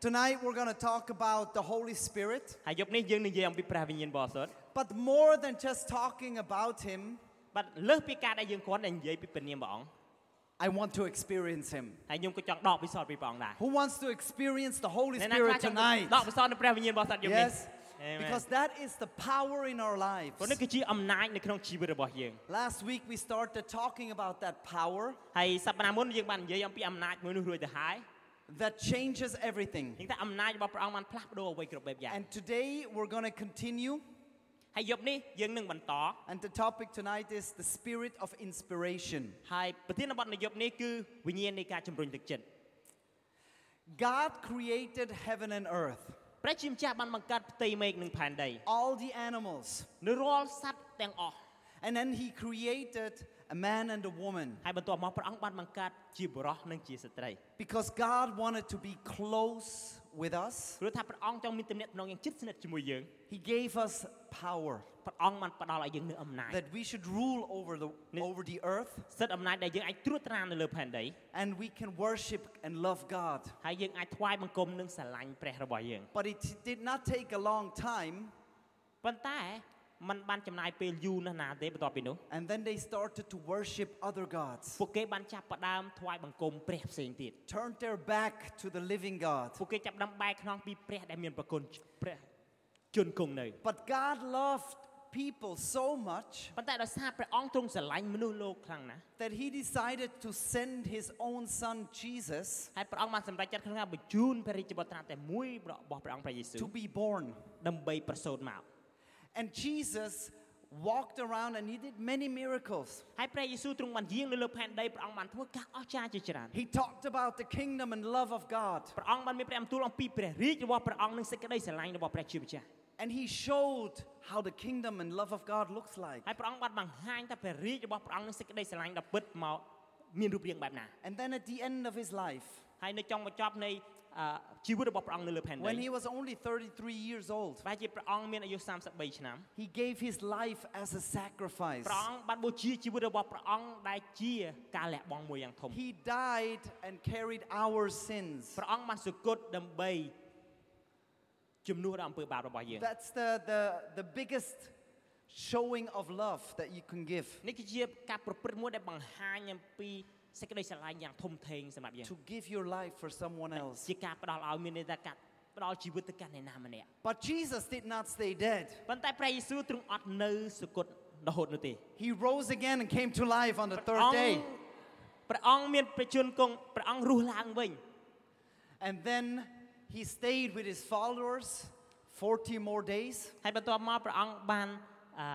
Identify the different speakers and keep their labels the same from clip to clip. Speaker 1: Tonight we're going to talk about the Holy Spirit,
Speaker 2: ហើយយប់នេះយើងនិយាយអំពីព្រះវិញ្ញាណបរិសុទ្ធ
Speaker 1: but more than just talking about him,
Speaker 2: បាទលើសពីការដែលយើងគ្រាន់តែនិយាយពីព្រះនាមព្រះអង្គ
Speaker 1: I want to experience him.
Speaker 2: ហើយខ្ញុំក៏ចង់ដកពិសោធន៍ពីព្រះអង្គដែរ
Speaker 1: Who wants to experience the Holy
Speaker 2: អ្នកណាខ្លះ
Speaker 1: Spirit
Speaker 2: ចង់
Speaker 1: tonight?
Speaker 2: ដកពិសោធន៍នៅព្រះវិញ្ញាណបរិសុទ្ធយប់នេះ
Speaker 1: Yes,
Speaker 2: Amen.
Speaker 1: because that is the power in our
Speaker 2: ព្រោះនេះ
Speaker 1: lives.
Speaker 2: គឺជាអំណាចនៅក្នុងជីវិតរបស់យើង
Speaker 1: Last week we started talking about that power
Speaker 2: ហើយសប្តាហ៍មុនយើងបាននិយាយអំពីអំណាចមួយនោះរួចទៅហើយ
Speaker 1: that changes everything.
Speaker 2: យើងថាអំណាចរបស់ព្រះអង្គបានផ្លាស់ប្ដូរអ្វីគ្រប់បែបយ៉ាង
Speaker 1: And today we're going to continue,
Speaker 2: ហើយយប់នេះយើងនឹងបន្ត
Speaker 1: and the topic tonight is the spirit of inspiration.
Speaker 2: ហើយប្រធានបទនៃយប់នេះគឺវិញ្ញាណនៃការជំរុញទឹកចិត្ត
Speaker 1: God created heaven and earth,
Speaker 2: ព្រះជាម្ចាស់បានបង្កើតផ្ទៃមេឃនិងផែនដី
Speaker 1: all the animals,
Speaker 2: នៅរាល់សត្វទាំងអស់
Speaker 1: and then He created a man and a woman
Speaker 2: ហើយបន្ទាប់មកព្រះអង្គបានបង្កើតជាបុរសនិងជាស្ត្រី
Speaker 1: because God wanted to be close with us.
Speaker 2: ព្រោះថាព្រះអង្គចង់មានទំនាក់ទំនងយ៉ាងជិតស្និទ្ធជាមួយយើង
Speaker 1: He gave us power
Speaker 2: ព្រះអង្គបានផ្ដល់ឲ្យយើងនូវអំណាច
Speaker 1: that we should rule over the,
Speaker 2: Ni-
Speaker 1: over the earth
Speaker 2: សិទ្ធិអំណាចដែលយើងអាចត្រួតត្រានៅលើផែនដី
Speaker 1: and we can worship and love God.
Speaker 2: ហើយយើងអាចថ្វាយបង្គំនិងស្រឡាញ់ព្រះរបស់យើង
Speaker 1: But it did not take a long time,
Speaker 2: ប៉ុន្តែมันបានចំណាយពេលយូរណាស់ណាទេបន្ទាប់ពីនោះ
Speaker 1: and then they started to worship other gods,
Speaker 2: ពួកគេបានចាប់ផ្ដើមថ្វាយបង្គំព្រះផ្សេងទៀត
Speaker 1: turned their back to the living God.
Speaker 2: ពួកគេចាប់ផ្ដើមបែកខ្នងពីព្រះដែលមានប្រគុណព្រះជន់គង់នៅ
Speaker 1: But God loved people so much
Speaker 2: ប៉ុន្តែដោយសារព្រះអង្គទ្រង់ស្រឡាញ់មនុស្សលោកខ្លាំងណាស់
Speaker 1: that he decided to send his own son Jesus
Speaker 2: ហើយព្រះអង្គបានសម្រេចចិត្តក្នុងការបញ្ជូនព្រះរាជបុត្រាតែមួយរបស់ព្រះអង្គព្រះយេស៊ូវ
Speaker 1: to be born.
Speaker 2: ដើម្បីប្រសូតមក
Speaker 1: And Jesus walked around and he did many miracles.
Speaker 2: ហើយព្រះយេស៊ូវទ្រង់បានយាងនៅលើផែនដីព្រះអង្គបានធ្វើការអស្ចារ្យជាច្រើន
Speaker 1: He talked about the kingdom and love of God,
Speaker 2: ព្រះអង្គបានមានព្រះអំទូលអំពីព្រះរាជរបស់ព្រះអង្គនិងសេចក្តីស្រឡាញ់របស់ព្រះជាម្ចាស់
Speaker 1: and he showed how the kingdom and love of God looks like.
Speaker 2: ហើយព្រះអង្គបានបង្ហាញថាព្រះរាជរបស់ព្រះអង្គនិងសេចក្តីស្រឡាញ់ដ៏ពិតមកមានរូបរាងបែបណា
Speaker 1: And then at the end of his life,
Speaker 2: ហើយនៅចុងបញ្ចប់នៃអឺជីវិតរបស់ព្រះអង្គនៅលើផែនដី
Speaker 1: when he was only 33 years old,
Speaker 2: បែរជាព្រះអង្គមានអាយុ33ឆ្នាំ
Speaker 1: he gave his life as a sacrifice.
Speaker 2: ព្រះអង្គបានបូជាជីវិតរបស់ព្រះអង្គដែលជាការលះបង់មួយយ៉ាងធំ
Speaker 1: He died and carried our sins.
Speaker 2: ព្រះអង្គបានសុគតដើម្បីជំនួសដល់អំពើបាបរបស់យើង
Speaker 1: That's the, the, the biggest showing of love that you can give
Speaker 2: នេះគឺជាការប្រព្រឹត្តមួយដែលបង្ហាញអំពីសេចក្តីស្រឡាញ់យ៉ាងធំធេងសម្រាប់យើង
Speaker 1: to give your life for someone else.
Speaker 2: ជាការផ្ដល់ឲ្យមានន័យថាការផ្ដល់ជីវិតទៅកាន់អ្នកណាម្នាក់
Speaker 1: But Jesus did not stay dead.
Speaker 2: ប៉ុន្តែព្រះយេស៊ូវទ្រង់អត់នៅសុគតរហូតនោះទេ
Speaker 1: He rose again and came to life on the
Speaker 2: ព្រះ
Speaker 1: third
Speaker 2: អង្គ
Speaker 1: day.
Speaker 2: ព្រះអង្គមានព្រះជន្មគង់ព្រះអង្គរស់ឡើងវិញ
Speaker 1: And then he stayed with his followers 40 more days.
Speaker 2: ហើយបន្ទាប់មកព្រះអង្គបានអឺ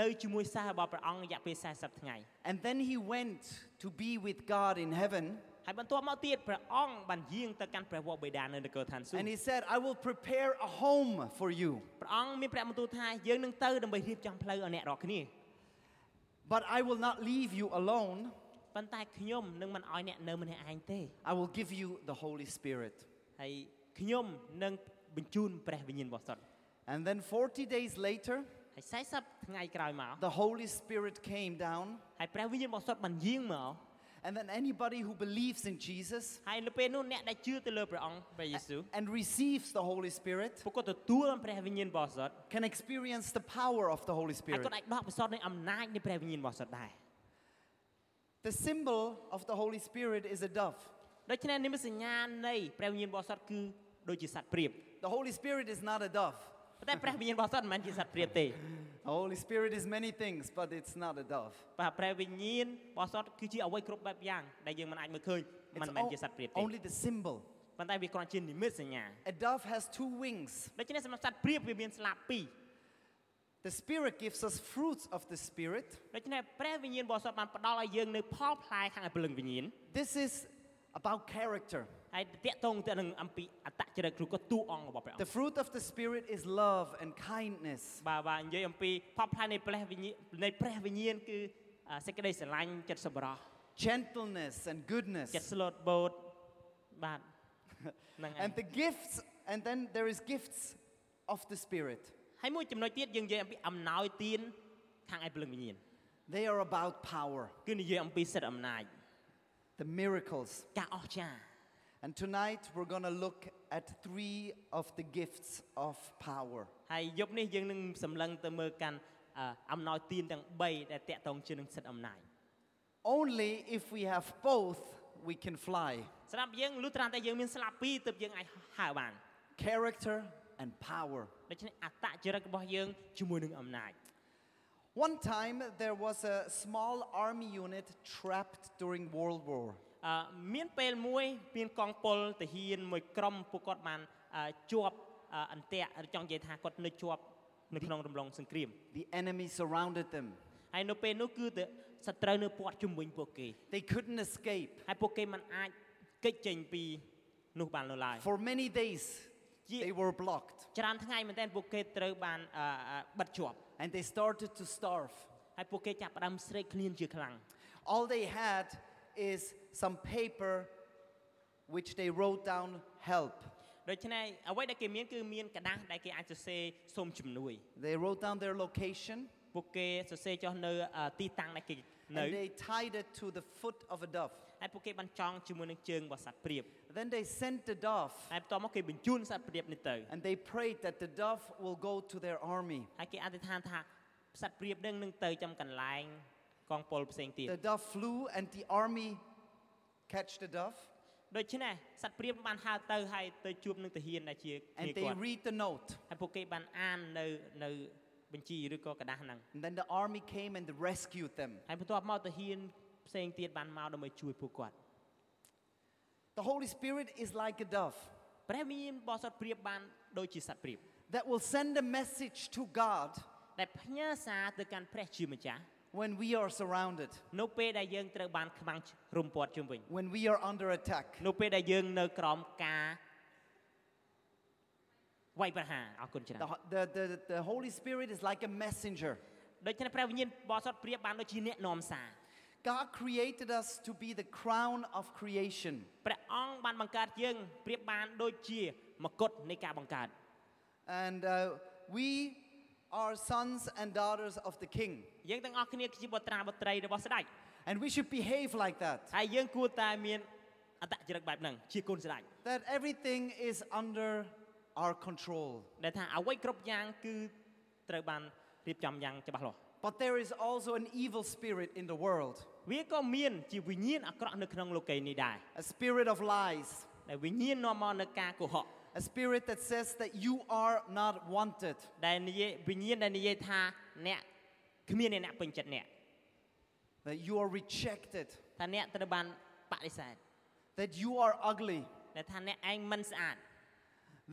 Speaker 2: នៅជាមួយសិស្សរបស់ព្រះអង្គរយៈពេល40ថ្ងៃ
Speaker 1: And then he went to be with God in heaven.
Speaker 2: ហើយបន្ទាប់មកទៀតព្រះអង្គបានយាងទៅកាន់ព្រះវរបិតានៅនគរឋានសួគ៌
Speaker 1: And he said, I will prepare a home for you,
Speaker 2: ព្រះអង្គមានព្រះបន្ទូលថាយើងនឹងទៅដើម្បីរៀបចំផ្លូវឲ្យអ្នករាល់គ្នា
Speaker 1: but I will not leave you alone.
Speaker 2: ប៉ុន្តែខ្ញុំនឹងមិនឲ្យអ្នកនៅម្នាក់ឯងទេ
Speaker 1: I will give you the Holy Spirit.
Speaker 2: ហើយខ្ញុំនឹងបញ្ជូនព្រះវិញ្ញាណបរិសុទ្ធ
Speaker 1: And then 40 days later,
Speaker 2: ហើយ40ថ្ងៃក្រោយមក
Speaker 1: the Holy Spirit came down.
Speaker 2: ហើយព្រះវិញ្ញាណបរិសុទ្ធបានយាងមក
Speaker 1: And then anybody who believes in Jesus
Speaker 2: ហើយនៅពេលនោះអ្នកដែលជឿទៅលើព្រះអង្គព្រះយេស៊ូវ
Speaker 1: and receives the Holy Spirit
Speaker 2: ពួកគាត់ទទួលព្រះវិញ្ញាណបរិសុទ្ធ
Speaker 1: can experience the power of the Holy
Speaker 2: ហើយ
Speaker 1: Spirit.
Speaker 2: គាត់អាចដោះបរិសុទ្ធនៃអំណាចនៃព្រះវិញ្ញាណបរិសុទ្ធដែរ
Speaker 1: The symbol of the Holy Spirit is a dove.
Speaker 2: ដូច្នេះនេះមានសញ្ញានៃព្រះវិញ្ញាណបរិសុទ្ធគឺដូចជាសត្វព្រាប
Speaker 1: The Holy Spirit is not a dove.
Speaker 2: ប៉ុន្តែព្រះវិញ្ញាណបរិសុទ្ធមិនមែនជាសត្វព្រាបទេ
Speaker 1: The Holy Spirit is many things, but it's not a dove.
Speaker 2: បាទព្រះវិញ្ញាណបរិសុទ្ធគឺជាអ្វីគ្រប់បែបយ៉ាងដែលយើងមិនអាចមើលឃើញ
Speaker 1: It's
Speaker 2: មិនមែន
Speaker 1: o-
Speaker 2: ជាសត្វព្រាបទេ
Speaker 1: only the symbol.
Speaker 2: ប៉ុន្តែវាគ្រាន់ជានិមិត្តសញ្ញា
Speaker 1: A dove has two wings.
Speaker 2: ដូច្នេះសម្រាប់សត្វព្រាបវាមានស្លាបពីរ
Speaker 1: The Spirit gives us fruits of the Spirit.
Speaker 2: ដូច្នេះព្រះវិញ្ញាណបរិសុទ្ធបានផ្ដល់ឲ្យយើងនៅផលផ្លែខាងអពលឹងវិញ្ញាណ
Speaker 1: This is about character.
Speaker 2: ហើយតាក់ទងទៅនឹងអំពីអត្តចរិតគ្រូក៏ទូអង្គរបស់ព្រះអង្គ
Speaker 1: The fruit of the Spirit is love and kindness.
Speaker 2: បាទបាទនិយាយអំពីផលផ្លែនៃព្រះវិញ្ញាណនៃព្រះវិញ្ញាណគឺអ่าសេចក្តីស្រឡាញ់ចិត្តសប្បុរស
Speaker 1: gentleness and goodness
Speaker 2: ចិត្តស្លូតបូត បាទហ្នឹងហើយ
Speaker 1: and the gifts and then there is gifts of the spirit
Speaker 2: ហើយមួយចំណុចទៀតយើងនិយាយអំពីអំណោយទានខាងឯពលឹងវិញ្ញាណ
Speaker 1: they are about power
Speaker 2: គឺនិយាយអំពីសិទ្ធិអំណាច
Speaker 1: the miracles
Speaker 2: ការអស្ចារ្យ
Speaker 1: And tonight we're going to look at three of the gifts of power.
Speaker 2: ហើយយប់នេះយើងនឹងសម្លឹងទៅមើលកាន់អឺអំណោយទានទាំង3ដែលតកតងជានឹងសិទ្ធិអំណាច
Speaker 1: Only if we have both, we can fly
Speaker 2: សម្រាប់យើងលុះត្រាតែយើងមានស្លាបពីរទើបយើងអាចហៅបាន
Speaker 1: character and power.
Speaker 2: ដូច្នេះអត្តចរិតរបស់យើងជាមួយនឹងអំណាច
Speaker 1: One time there was a small army unit trapped during World War.
Speaker 2: អឺមានពេលមួយមានកងពលទាហានមួយក្រុមពួកគាត់បានអឺជាប់អឺអន្ទាក់ឬចង់និយាយថាគាត់នៅជាប់នៅក្នុងរំឡងសង្គ្រាម
Speaker 1: The enemy surrounded them.
Speaker 2: ហើយនៅពេលនោះគឺទៅសត្រូវនៅព័ទ្ធជំវិញពួកគេ
Speaker 1: They couldn't escape.
Speaker 2: ហើយពួកគេមិនអាចគេចចេញពីនោះបាននៅឡើយ
Speaker 1: For many days,
Speaker 2: Ye-
Speaker 1: they were blocked
Speaker 2: ច្រើនថ្ងៃមែនទែនពួកគេត្រូវបានអឺអឺបិទជាប់
Speaker 1: and they started to starve.
Speaker 2: ហើយពួកគេចាប់ផ្ដើមស្រេកឃ្លានជាខ្លាំង
Speaker 1: All they had is some paper which they wrote down help.
Speaker 2: ដូច្នេះអ្វីដែលគេមានគឺមានกระดาษដែលគេអាចសរសេរសូមជំនួយ
Speaker 1: They wrote down their location
Speaker 2: ពួកគេសរសេរចុះនៅអឺទីតាំងដែលគេនៅ
Speaker 1: and they tied it to the foot of a dove.
Speaker 2: ហើយពួកគេបានចង់ជាមួយនឹងជើងរបស់សត្វព្រាប
Speaker 1: Then they sent the dove
Speaker 2: ហើយបន្ទាប់មកគេបញ្ជូនសត្វព្រាបនេះទៅ
Speaker 1: and they prayed that the dove will go to their army.
Speaker 2: ហើយគេអធិដ្ឋានថាសត្វព្រាបនឹងនឹងទៅចំកន្លែងកងពលផ្សេងទៀត
Speaker 1: The dove flew and the army catch the dove
Speaker 2: ដូច្នេះសត្វព្រាបបានហើរទៅហើយទៅជួបនឹងទាហានដែលជាគ្នា
Speaker 1: and
Speaker 2: គា
Speaker 1: they
Speaker 2: ត់
Speaker 1: read the note.
Speaker 2: ហើយពួកគេបានអាននៅនៅបញ្ជីឬក៏กระดาษហ្នឹង
Speaker 1: And then the army came and rescued them.
Speaker 2: ហើយបន្ទាប់មកទាហានផ្សេងទៀតបានមកដើម្បីជួយពួកគាត់
Speaker 1: The Holy Spirit is like a dove
Speaker 2: ព្រះវិញ្ញាណរបស់សត្វព្រាបបានដូចជាសត្វព្រាប
Speaker 1: that will send a message to God
Speaker 2: ដែលផ្ញើសារទៅកាន់ព្រះជាម្ចាស់
Speaker 1: when we are surrounded,
Speaker 2: នៅពេលដែលយើងត្រូវបានខ្មាំងរុំព័ទ្ធជុំវិញ
Speaker 1: when we are under attack.
Speaker 2: នៅពេលដែលយើងនៅក្រោមការវាយប្រហារអរគុណច្រើន
Speaker 1: The, the, the, the Holy Spirit is like a messenger.
Speaker 2: ដូច្នេះព្រះវិញ្ញាណរបស់សត្វព្រាបបានដូចជាអ្នកនាំសារ
Speaker 1: God created us to be the crown of creation.
Speaker 2: ព្រះអង្គបានបង្កើតយើងព្រាបបានដូចជាមកុដនៃការបង្កើត
Speaker 1: And uh, we are sons and daughters of the King.
Speaker 2: យើងទាំងអស់គ្នាគឺជាបុត្រាបុត្រីរបស់ស្ដេច
Speaker 1: And we should behave like that,
Speaker 2: ហើយយើងគួរតែមានអត្តចរិតបែបហ្នឹងជាកូនស្ដេច
Speaker 1: that everything is under our control.
Speaker 2: ដែលថាអ្វីគ្រប់យ៉ាងគឺត្រូវបានរៀបចំយ៉ាងច្បាស់លាស់
Speaker 1: But there is also an evil spirit in the world,
Speaker 2: វាក៏មានជាវិញ្ញាណអាក្រក់នៅក្នុងលោកីយ៍នេះដែរ
Speaker 1: a spirit of lies,
Speaker 2: ដែលវិញ្ញាណនាំមកនៅការកុហក
Speaker 1: a spirit that says that you are not wanted.
Speaker 2: ដែលនិយាយវិញ្ញាណដែលនិយាយថាអ្នកគ្មានអ្នកពេញចិត្តអ្នក
Speaker 1: that you are rejected,
Speaker 2: ថាអ្នកត្រូវបានបដិសេធ
Speaker 1: that you are ugly,
Speaker 2: ដែលថាអ្នកឯងមិនស្អាត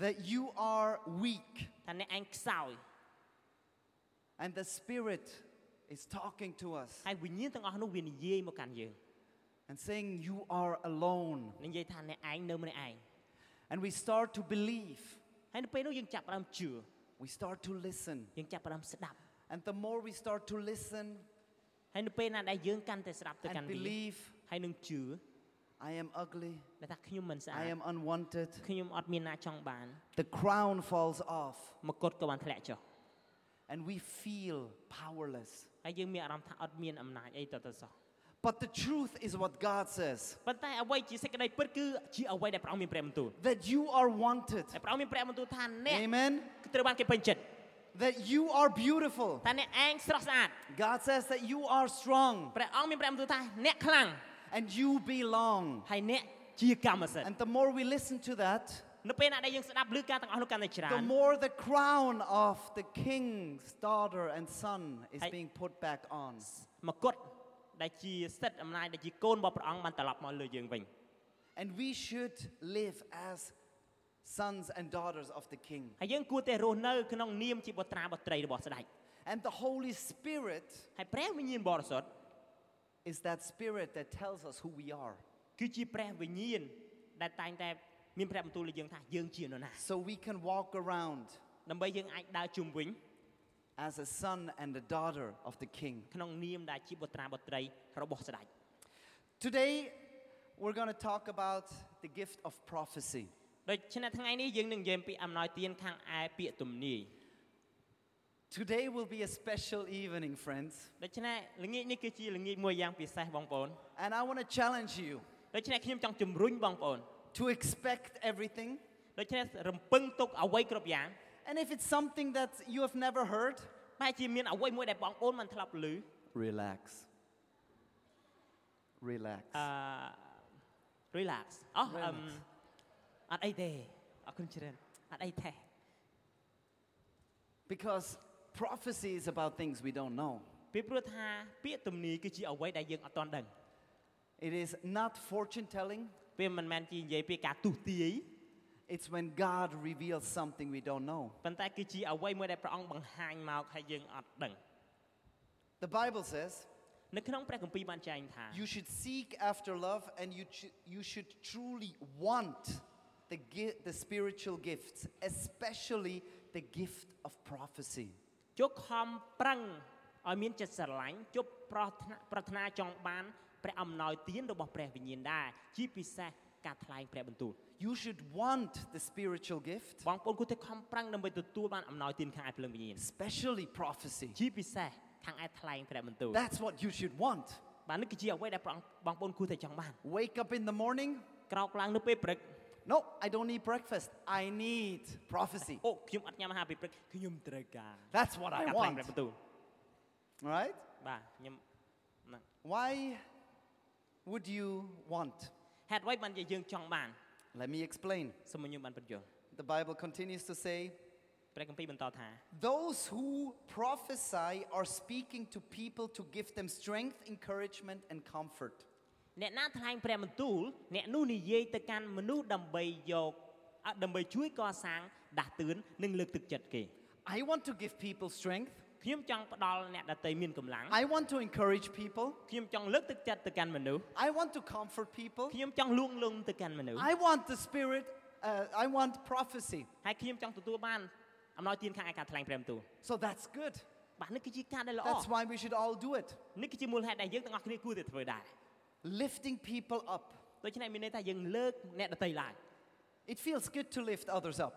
Speaker 1: that you are weak.
Speaker 2: ថាអ្នកឯងខ្សោយ
Speaker 1: And the Spirit is talking to us
Speaker 2: ហើយវិញ្ញាណទាំងអស់នោះវានិយាយមកកាន់យើង
Speaker 1: and saying, You are alone.
Speaker 2: និយាយថាអ្នកឯងនៅម្នាក់ឯង
Speaker 1: And we start to believe,
Speaker 2: ហើយនៅពេលនោះយើងចាប់ផ្ដើមជឿ
Speaker 1: we start to listen.
Speaker 2: យើងចាប់ផ្ដើមស្ដាប់
Speaker 1: And the more we start to listen
Speaker 2: ហើយនៅពេលណាដែលយើងកាន់តែស្ដាប់ទៅកាន់
Speaker 1: and
Speaker 2: វា
Speaker 1: believe,
Speaker 2: ហើយនឹងជឿ
Speaker 1: I am ugly,
Speaker 2: ដែលថាខ្ញុំមិនស្អា
Speaker 1: I
Speaker 2: ត
Speaker 1: am unwanted,
Speaker 2: ខ្ញុំអត់មានណាចង់បាន
Speaker 1: the crown falls off,
Speaker 2: មកុដក៏បានធ្លាក់ចុះ
Speaker 1: and we feel powerless.
Speaker 2: ហើយយើងមានអារម្មណ៍ថាអត់មានអំណាចអីទៅទៅសោះ
Speaker 1: But the truth is what God says
Speaker 2: ប៉ុន្តែអ្វីជាសេចក្តីពិតគឺជាអ្វីដែលព្រះអង្គមានព្រះបន្ទូល
Speaker 1: that you are wanted.
Speaker 2: តែលព្រះអង្គមានព្រះបន្ទូលថាអ្នក
Speaker 1: Amen.
Speaker 2: ត្រូវបានគេពេញចិត្ត
Speaker 1: That you are beautiful.
Speaker 2: ថាអ្នកឯងស្រស់ស្អាត
Speaker 1: God says that you are strong
Speaker 2: ព្រះអង្គមានព្រះបន្ទូលថាអ្នកខ្លាំង
Speaker 1: and you belong.
Speaker 2: ហើយអ្នកជាកម្មសិទ្ធិ
Speaker 1: And the more we listen to that,
Speaker 2: នៅពេលណាដែលយើងស្ដាប់ឮការទាំងអស់នោះកាន់តែច្រើន
Speaker 1: the more the crown of the king's daughter and son is
Speaker 2: Hey.
Speaker 1: being put back on.
Speaker 2: មកុដដែលជាសិទ្ធិអំណាចដែលជាកូនរបស់ព្រះអង្គបានត្រឡប់មកលើយើងវិញ
Speaker 1: And we should live as sons and daughters of the king.
Speaker 2: ហើយយើងគួរតែរស់នៅក្នុងនាមជាបុត្រាបុត្រីរបស់ស្ដេច
Speaker 1: And the Holy Spirit
Speaker 2: ហើយព្រះវិញ្ញាណបរិសុទ្ធ
Speaker 1: is that spirit that tells us who we are
Speaker 2: គឺជាព្រះវិញ្ញាណដែលតែងតែមានព្រះបន្ទូលលើយើងថាយើងជានរណា
Speaker 1: so we can walk around
Speaker 2: ដើម្បីយើងអាចដើរជុំវិញ
Speaker 1: as a son and a daughter of the king.
Speaker 2: ក្នុងនាមដែលជាបុត្រាបុត្រីរបស់ស្ដេច
Speaker 1: Today, we're going to talk about the gift of prophecy.
Speaker 2: ដូច្នេះថ្ងៃនេះយើងនឹងនិយាយអំពីអំណោយទានខាងឯពាក្យទំនាយ
Speaker 1: Today will be a special evening, friends.
Speaker 2: ដូច្នេះល្ងាចនេះគឺជាល្ងាចមួយយ៉ាងពិសេសបងប្អូន
Speaker 1: And I want to challenge you
Speaker 2: ដូច្នេះខ្ញុំចង់ជំរុញបងប្អូន
Speaker 1: to expect everything.
Speaker 2: ដូច្នេះរំពឹងទុកអ្វីគ្រប់យ៉ាង
Speaker 1: And if it's something that you have never heard,
Speaker 2: បែរជាមានអ្វីមួយដែលបងប្អូនមិនធ្លាប់ឮ
Speaker 1: relax. Relax.
Speaker 2: អឺ relax អស់អឹម
Speaker 1: Relax.
Speaker 2: អត់អីទេអរគុណច្រើនអត់អីទេ
Speaker 1: because prophecy is about things we don't know.
Speaker 2: ពីព្រោះថាពាក្យទំនាយគឺជាអ្វីដែលយើងអត់ទាន់ដឹង
Speaker 1: It is not fortune telling,
Speaker 2: វាមិនមែនជានិយាយពីការទុះទាយ
Speaker 1: it's when God reveals something we don't know.
Speaker 2: ប៉ុន្តែគឺជាអ្វីមួយដែលព្រះអង្គបង្ហាញមកហើយយើងអត់ដឹង
Speaker 1: The Bible says
Speaker 2: នៅក្នុងព្រះគម្ពីរបានចែងថា
Speaker 1: you should seek after love and you, ch- you should truly want the, gi- the spiritual gifts, especially the gift of prophecy.
Speaker 2: ជោគខំប្រឹងឲ្យមានចិត្តស្រឡាញ់ជប់ប្រាថ្នាប្រាថ្នាចង់បានព្រះអំណោយទានរបស់ព្រះវិញ្ញាណដែរជាពិសេសការថ្លែងព្រះបន្ទូល
Speaker 1: You should want the spiritual gift,
Speaker 2: បងប្អូនគួរតែខំប្រឹងដើម្បីទទួលបានអំណោយទានខាងឯភ្លើងវិញ្ញាណ
Speaker 1: especially prophecy.
Speaker 2: ជាពិសេសខាងឯថ្លែងព្រះបន្ទូល
Speaker 1: That's what you should want.
Speaker 2: បាទនេះគឺជាអ្វីដែលព្រះអង្គបងប្អូនគួរតែចង់បាន
Speaker 1: Wake up in the morning.
Speaker 2: ក្រោកឡើងនៅពេលព្រឹក
Speaker 1: No, I don't need breakfast. I need prophecy.
Speaker 2: អូខ្ញុំអត់ញ៉ាំអាហារពេលព្រឹកខ្ញុំត្រូវការ
Speaker 1: That's what
Speaker 2: ការ
Speaker 1: I
Speaker 2: ថ្លែង
Speaker 1: want.
Speaker 2: ព្រះបន្ទូល
Speaker 1: Right?
Speaker 2: បាទខ្ញុំហ្នឹង
Speaker 1: Why would you want?
Speaker 2: ហេតុអ្វីបានជាយើងចង់បាន
Speaker 1: Let me explain.
Speaker 2: សូមឲ្យខ្ញុំបានបញ្យល់
Speaker 1: The Bible continues to say,
Speaker 2: ព្រះគម្ពីរបន្តថា
Speaker 1: Those who prophesy are speaking to people to give them strength, encouragement, and comfort.
Speaker 2: អ្នកណាថ្លែងព្រះបន្ទូលអ្នកនោះនិយាយទៅកាន់មនុស្សដើម្បីយកអ่ะដើម្បីជួយកសាងដាស់តឿននិងលើកទឹកចិត្តគេ
Speaker 1: I want to give people strength.
Speaker 2: ខ្ញុំចង់ផ្ដល់អ្នកដតីមានកម្លាំង
Speaker 1: I want to encourage people.
Speaker 2: ខ្ញុំចង់លើកទឹកចិត្តទៅកាន់មនុស្ស
Speaker 1: I want to comfort people.
Speaker 2: ខ្ញុំចង់លួងលំទៅកាន់មនុស្ស
Speaker 1: I want the spirit. Uh, I want prophecy.
Speaker 2: ហើយខ្ញុំចង់ទទួលបានអំណោយទានខាងឯការថ្លែងព្រះបន្ទូល
Speaker 1: So that's good.
Speaker 2: បាទនេះគឺជាការដែលល្អ
Speaker 1: That's why we should all do it.
Speaker 2: នេះគឺជាមូលហេតុដែលយើងទាំងអស់គ្នាគួរតែធ្វើដែរ
Speaker 1: Lifting people up.
Speaker 2: ដូច្នេះមានន័យថាយើងលើកអ្នកដតីឡើង
Speaker 1: It feels good to lift others up.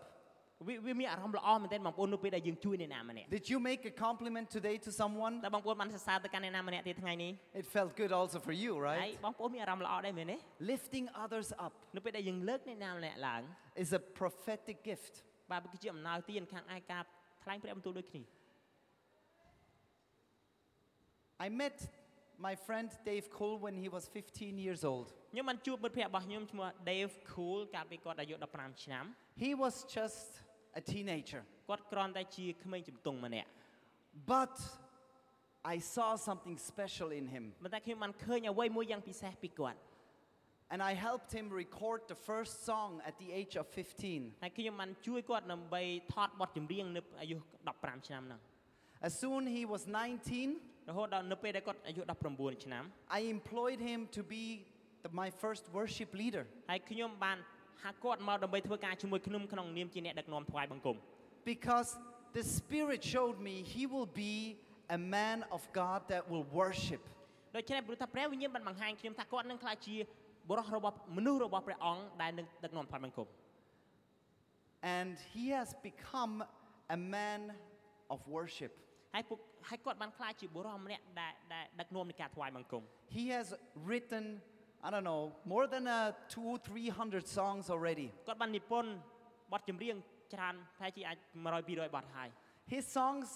Speaker 2: វាវាមានអារម្មណ៍ល្អមែនទែនបងប្អូននៅពេលដែលយើងជួយអ្នកណាម្នាក់
Speaker 1: Did you make a compliment today to someone?
Speaker 2: តែបងប្អូនបានសរសើរទៅកាន់អ្នកណាម្នាក់ទៀតថ្ងៃនេះ
Speaker 1: It felt good also for you,
Speaker 2: ហើ
Speaker 1: right?
Speaker 2: យបងប្អូនមានអារម្មណ៍ល្អដែរមែនទេ
Speaker 1: Lifting others up
Speaker 2: នៅពេលដែលយើងលើកអ្នកណាម្នាក់ឡើង
Speaker 1: is a prophetic gift.
Speaker 2: បាទវាគឺជាអំណោយទានខាងឯការថ្លែងព្រះបន្ទូលដូចគ្នា
Speaker 1: I met my friend Dave Cole when he was 15 years old.
Speaker 2: ខ្ញុំបានជួបមិត្តភក្តិរបស់ខ្ញុំឈ្មោះ Dave Cool កាលពីគាត់អាយុ15ឆ្នាំ
Speaker 1: He was just a teenager,
Speaker 2: គាត់គ្រាន់តែជាក្មេងជំទង់ម្នាក់
Speaker 1: but I saw something special in him,
Speaker 2: ប៉ុន្តែខ្ញុំបានឃើញអ្វីមួយយ៉ាងពិសេសពីគាត់
Speaker 1: and I helped him record the first song at the age of 15.
Speaker 2: ហើយខ្ញុំបានជួយគាត់ដើម្បីថតបទចម្រៀងនៅអាយុ15ឆ្នាំហ្នឹង
Speaker 1: As soon he was 19,
Speaker 2: រហូតដល់នៅពេលដែលគាត់អាយុ19ឆ្នាំ
Speaker 1: I employed him to be the, my first worship leader.
Speaker 2: ហើយខ្ញុំបានហៅគាត់មកដើម្បីធ្វើការជាមួយខ្ញុំក្នុងនាមជាអ្នកដឹកនាំថ្វាយបង្គំ
Speaker 1: Because the Spirit showed me he will be a man of God that will worship.
Speaker 2: ដូច្នេះព្រោះថាព្រះវិញ្ញាណបានបង្ហាញខ្ញុំថាគាត់នឹងក្លាយជាបុរសរបស់មនុស្សរបស់ព្រះអង្គដែលនឹងដឹកនាំថ្វាយបង្គំ
Speaker 1: And he has become a man of worship.
Speaker 2: ហើយពួកហើយគាត់បានក្លាយជាបុរសម្នាក់ដែលដែលដឹកនាំនៃការថ្វាយបង្គំ
Speaker 1: He has written, I don't know, more than uh, two, three hundred songs already.
Speaker 2: គាត់បាននិពន្ធបទចម្រៀងច្រើនប្រហែលជាអាច100 200បទហើយ
Speaker 1: His songs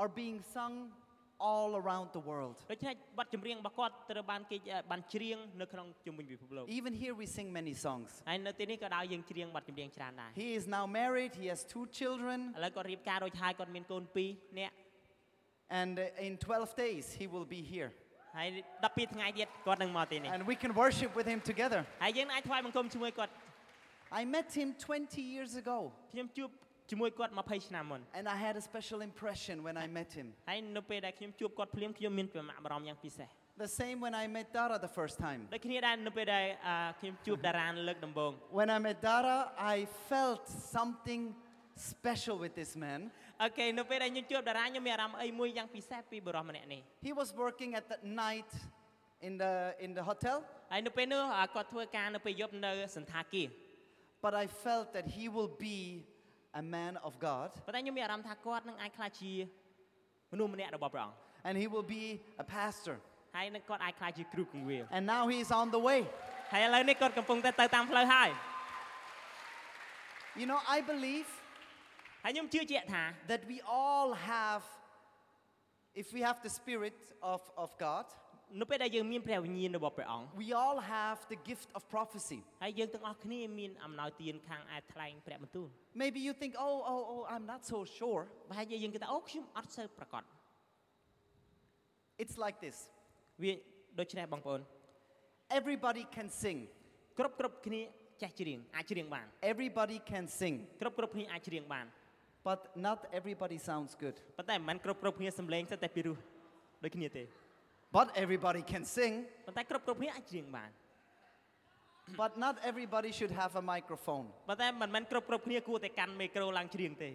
Speaker 1: are being sung all around the world.
Speaker 2: ដូច្នេះបទចម្រៀងរបស់គាត់ត្រូវបានគេអឺបានច្រៀងនៅក្នុងជំនាញពិភពលោក
Speaker 1: Even here, we sing many songs.
Speaker 2: ហើយនៅទីនេះក៏ដោយយើងច្រៀងបទចម្រៀងច្រើនដែរ
Speaker 1: He is now married, he has two children,
Speaker 2: ឥឡូវគាត់រៀបការរួចហើយគាត់មានកូន2នាក់
Speaker 1: and uh, in 12 days, he will be here.
Speaker 2: ហើយ12ថ្ងៃទៀតគាត់នឹងមកទីនេះ
Speaker 1: And we can worship with him together.
Speaker 2: ហើយយើងអាចថ្វាយបង្គំជាមួយគាត់
Speaker 1: I met him 20 years ago.
Speaker 2: ខ្ញុំជួបជាមួយគាត់20ឆ្នាំមុន
Speaker 1: And I had a special impression when I met him.
Speaker 2: ហើយនៅពេលដែលខ្ញុំជួបគាត់ភ្លាមខ្ញុំមានចំណាប់អារម្មណ៍យ៉ាងពិសេស
Speaker 1: The same when I met Dara the first time.
Speaker 2: ដូចគ្នាដែរនៅពេលដែលអឺខ្ញុំជួបតារាលើកដំបូង
Speaker 1: When I met Dara, I felt something special with this man.
Speaker 2: អូខេនៅពេលដែលខ្ញុំជួបតារាខ្ញុំមានអារម្មណ៍អីមួយយ៉ាងពិសេសពីបុរសម្នាក់នេះ
Speaker 1: He was working at the night in the, in the hotel,
Speaker 2: ហើយនៅពេលនោះអ่าគាត់ធ្វើការនៅពេលយប់នៅសន្តាគារ
Speaker 1: but I felt that he will be a man of God
Speaker 2: ប៉ុន្តែខ្ញុំមានអារម្មណ៍ថាគាត់នឹងអាចក្លាយជាមនុស្សម្នាក់របស់ព្រះអង្គ
Speaker 1: and he will be a pastor.
Speaker 2: ហើយនឹងគាត់អាចក្លាយជាគ្រូគង្វាល
Speaker 1: And now he is on the way.
Speaker 2: ហើយឥឡូវនេះគាត់កំពុងតែទៅតាមផ្លូវហើយ
Speaker 1: You know, I believe
Speaker 2: ហើយខ្ញុំជឿជាក់ថា
Speaker 1: that we all have, if we have the Spirit of, of God,
Speaker 2: នៅពេលដែលយើងមានព្រះវិញ្ញាណរបស់ព្រះអង្គ
Speaker 1: we all have the gift of prophecy.
Speaker 2: ហើយយើងទាំងអស់គ្នាមានអំណោយទានខាងឯថ្លែងព្រះបន្ទូល
Speaker 1: Maybe you think, oh, oh, oh, I'm not so sure.
Speaker 2: ប្រហែលជាយើងគិតថាអូខ្ញុំអត់សូវប្រកប
Speaker 1: It's like this
Speaker 2: វាដូច្នេះបងប្អូន
Speaker 1: everybody can sing,
Speaker 2: គ្រប់គ្រប់គ្នាចេះច្រៀងអាចច្រៀងបាន
Speaker 1: everybody can sing,
Speaker 2: គ្រប់គ្រប់គ្នាអាចច្រៀងបាន
Speaker 1: but not everybody sounds good.
Speaker 2: ប៉ុន្តែមិនមែនគ្រប់គ្រប់គ្នាសំឡេងស្ទើរតែពីរោះដូចគ្នាទេ
Speaker 1: But everybody can sing,
Speaker 2: ប៉ុន្តែគ្រប់គ្រប់គ្នាអាចច្រៀងបាន
Speaker 1: but not everybody should have a microphone.
Speaker 2: ប៉ុន្តែមិនមែនគ្រប់គ្រប់គ្នាគួរតែកាន់មីក្រូឡើងច្រៀងទេ